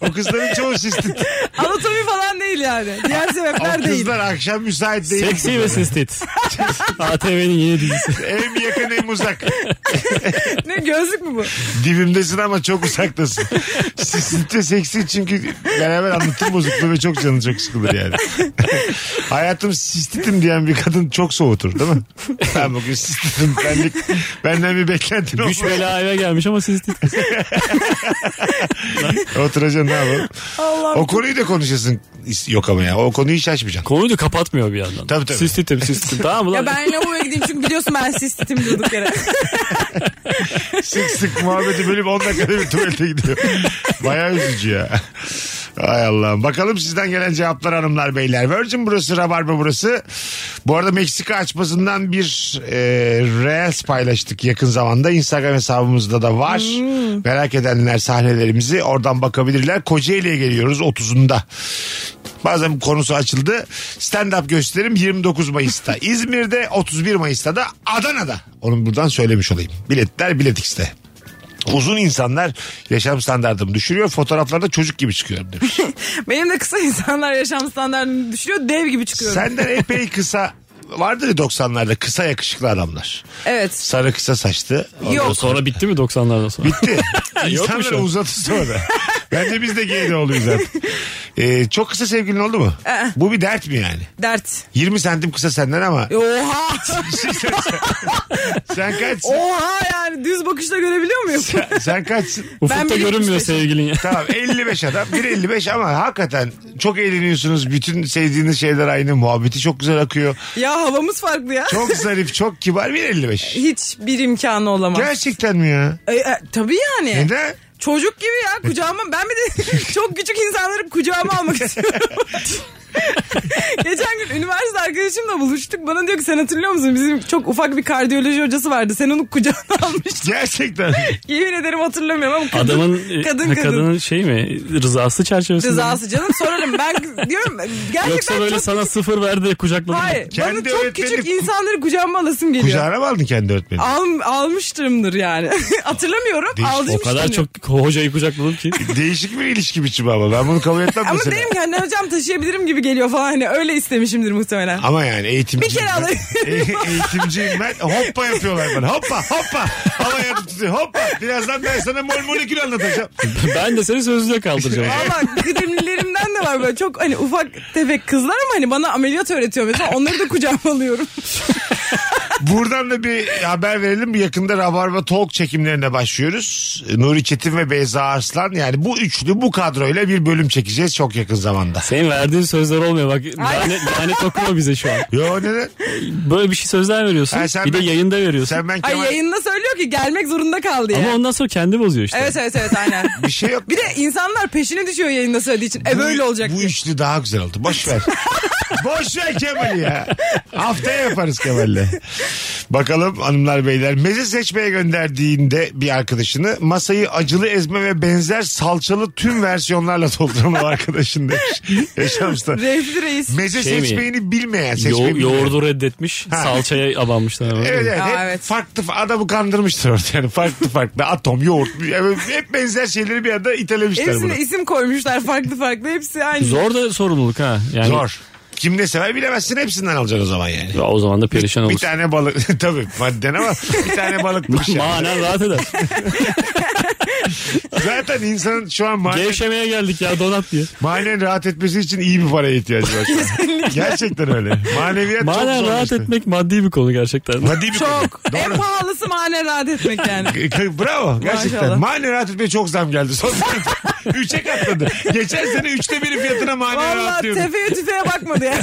O kızların çoğu sistit. Anatomi falan değil yani. Diğer sebepler O değil. kızlar akşam müsait değil. Seksi ve sistit. ATV'nin yeni dizisi. Hem yakın hem uzak. Ne gözlük mü bu? Dibimdesin ama çok uzaktasın. Sistit ve seksi çünkü beraber anlatım bozukluğu ve çok canı çok sıkılır yani. Hayatım sistitim diyen bir kadın çok soğutur değil mi? Ben bugün sistitim. Benlik, benden bir beklentin Güç olmaz. bela eve gelmiş ama sistit. Oturacaksın ne yapalım? Allah'ım. O konuyu da konuşasın yok ama ya. O konuyu hiç açmayacaksın. Konuyu da kapatmıyor bir yandan. Tabii, tabii. Sistitim sistit. Tamam mı lan? Ya ben lavaboya gideyim çünkü biliyorsun ben sistitim durduk yere. Sık sık muhabbeti bölüp 10 dakikada bir tuvalete gidiyor. Bayağı üzücü ya. Ay Allah'ım. Bakalım sizden gelen cevaplar hanımlar beyler. Virgin burası, Rabarba burası. Bu arada Meksika açmasından bir e, Reels paylaştık yakın zamanda. Instagram hesabımızda da var. Merak edenler sahnelerimizi oradan bakabilirler. Kocaeli'ye geliyoruz 30'unda. Bazen konusu açıldı. Stand-up gösterim 29 Mayıs'ta. İzmir'de 31 Mayıs'ta da Adana'da. Onu buradan söylemiş olayım. Biletler Bilet X'te. Uzun insanlar yaşam standartımı düşürüyor. Fotoğraflarda çocuk gibi çıkıyorum demiş. Benim de kısa insanlar yaşam standartını düşürüyor. Dev gibi çıkıyorum. Senden epey kısa vardır ya 90'larda kısa yakışıklı adamlar. Evet. Sarı kısa saçlı. Yok. Sonra bitti mi 90'lardan sonra? Bitti. Yokmuş İnsanlara o. uzatır sonra. Bence biz de gay de oluyoruz artık. Ee, çok kısa sevgilin oldu mu? Ee. Bu bir dert mi yani? Dert. 20 santim kısa senden ama Oha. sen kaçsın? Oha yani düz bakışla görebiliyor muyum? Sen- Sen kaçsın? Ufukta bilirim görünmüyor işte. sevgilin ya. Tamam 55 adam. 1.55 ama hakikaten çok eğleniyorsunuz. Bütün sevdiğiniz şeyler aynı. Muhabbeti çok güzel akıyor. ya havamız farklı ya. Çok zarif, çok kibar 1.55. Hiçbir imkanı olamaz. Gerçekten mi ya? E, e, tabii yani. Neden? E- Çocuk gibi ya kucağıma ben bir de çok küçük insanları kucağıma almak istiyorum. Geçen gün üniversite arkadaşımla buluştuk. Bana diyor ki sen hatırlıyor musun? Bizim çok ufak bir kardiyoloji hocası vardı. Sen onu kucağına almıştın. Gerçekten. Yemin ederim hatırlamıyorum ama kadın, Adamın e, kadın, ha, kadın. kadının şey mi rızası çerçevesinde. mi? Rızası canım sorarım. Ben diyorum gerçekten Yoksa böyle çok... sana sıfır verdi de kucakladı. Hayır. Kendi bana çok öğretmeni küçük ku- insanları kucağıma alasım geliyor. Kucağına mı aldın kendi öğretmeni? Al, almıştırımdır yani. Hatırlamıyorum. Değişik. Aldığım O kadar çok hocayı kucakladım ki. Değişik bir ilişki biçimi ama ben bunu kabul etmem Ama mesela. derim ki hani hocam taşıyabilirim gibi geliyor falan. Hani öyle istemişimdir muhtemelen. Ama yani eğitimciyim. Bir kere ben. alayım. E- eğitimciyim ben. Hoppa yapıyorlar bana. Hoppa hoppa. Havaya tutuyor. Hoppa. Birazdan ben sana mol molekül anlatacağım. ben de seni sözlüğe kaldıracağım. Valla kıdemlilerimden de var böyle çok hani ufak tefek kızlar ama hani bana ameliyat öğretiyor mesela onları da kucağıma alıyorum. Buradan da bir haber verelim. Yakında Rabarba Talk çekimlerine başlıyoruz. Nuri Çetin ve Beyza Arslan. Yani bu üçlü bu kadroyla bir bölüm çekeceğiz çok yakın zamanda. Senin verdiğin sözler olmuyor bak. Lanet, lanet okuma bize şu an. Yo neden? Böyle bir şey sözler veriyorsun. Ha, sen bir de ben- yayında veriyorsun. Sen ben Ay Kemal... yayında söylüyor ki gelmek zorunda kaldı ya. Ama ondan sonra kendi bozuyor işte. Evet evet evet aynen. Bir şey yok. Bir de insanlar peşine düşüyor yayında söylediği için. E böyle olacak. Bu diye. üçlü daha güzel oldu. Boş ver. Boş ver Kemal'i ya. Haftaya yaparız Kemal'le. Bakalım hanımlar beyler. Meze seçmeye gönderdiğinde bir arkadaşını masayı acılı ezme ve benzer salçalı tüm versiyonlarla dolduran o arkadaşın demiş. Yaşamsta. Refli reis. Meze Şey mi? seçmeyini bilmeyen Yo- seçmeyi bilmeyen. yoğurdu reddetmiş. Salçaya abanmışlar. ama. Evet evet. Aa, Hep evet. farklı adamı kandırmıştır orada yani farklı farklı atom yoğurt hep benzer şeyleri bir anda itelemişler bunu. Hepsine isim koymuşlar farklı farklı hepsi aynı. Zor da sorumluluk ha. Yani, Zor. Kim ne sever bilemezsin hepsinden alacaksın o zaman yani. Ya o zaman da perişan Bir olursun. tane balık tabii madden ama bir tane balık bu şey. Manen rahat eder. Zaten insanın şu an manen, Gevşemeye geldik ya donat diye. manen rahat etmesi için iyi bir paraya ihtiyacı var. şu an. Gerçekten öyle. Maneviyat çok Manen zor rahat işte. etmek maddi bir konu gerçekten. Maddi bir Çok. konu. en Doğru. pahalısı manen rahat etmek yani. Bravo gerçekten. Maşallah. Mane rahat etmeye çok zam geldi. Son sene 3'e katladı. Geçen sene 3'te biri fiyatına mane Valla rahat diyordu. tefeye tüfeğe bakmadı yani.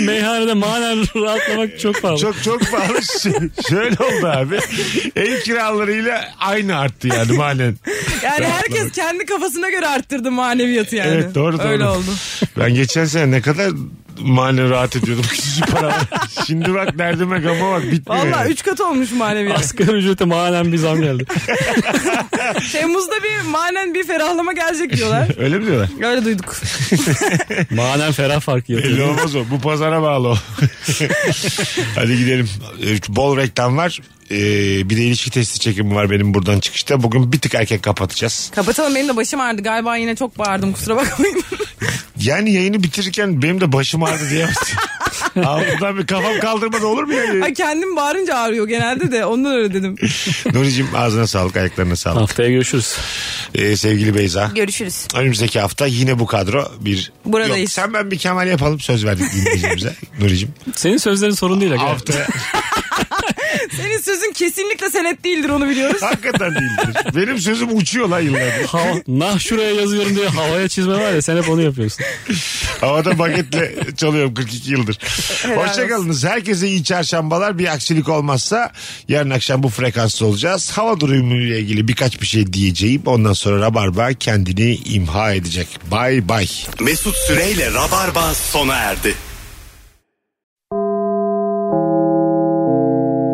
Meyhanede manen rahatlamak çok pahalı. Çok çok pahalı. Ş- Şöyle oldu abi. Ev kiralarıyla aynı arttı yani manen. Yani herkes kendi kafasına göre arttırdı maneviyatı yani. Evet doğru doğru. Öyle oldu. Ben geçen sene ne kadar manen rahat ediyordum. Küçücük para. Şimdi bak derdime gama bak bitmiyor. Valla yani. üç katı olmuş maneviyat. Asgari ücrete manen bir zam geldi. Temmuz'da bir manen bir ferahlama gelecek diyorlar. Öyle mi diyorlar? Öyle duyduk. manen ferah farkı Belli yapıyor. olmaz o. Bu pazara bağlı o. Hadi gidelim. Ee, Bol reklam var. Ee, bir de ilişki testi çekimi var benim buradan çıkışta. Bugün bir tık erken kapatacağız. Kapatalım benim de başım ağrıdı galiba yine çok bağırdım kusura bakmayın. Yani yayını bitirirken benim de başım ağrıdı diyemezsin. Aa, buradan bir kafam kaldırmadı olur mu yani? Ay kendim bağırınca ağrıyor genelde de ondan öyle dedim. Nuri'cim ağzına sağlık, ayaklarına sağlık. Haftaya görüşürüz. Ee, sevgili Beyza. Görüşürüz. Önümüzdeki hafta yine bu kadro bir... Buradayız. Yok, sen ben bir Kemal yapalım söz verdik dinleyicimize. Nuri'cim. Senin sözlerin sorun değil. Aga. Haftaya Senin sözün kesinlikle senet değildir onu biliyoruz. hakikaten değildir. Benim sözüm uçuyor lan yıllardır. Hava, nah şuraya yazıyorum diye havaya çizme var ya sen hep onu yapıyorsun. Havada bagetle çalıyorum 42 yıldır. Hoşçakalınız. Herkese iyi çarşambalar. Bir aksilik olmazsa yarın akşam bu frekansta olacağız. Hava durumuyla ilgili birkaç bir şey diyeceğim. Ondan sonra Rabarba kendini imha edecek. Bay bay. Mesut Süreyle Rabarba sona erdi.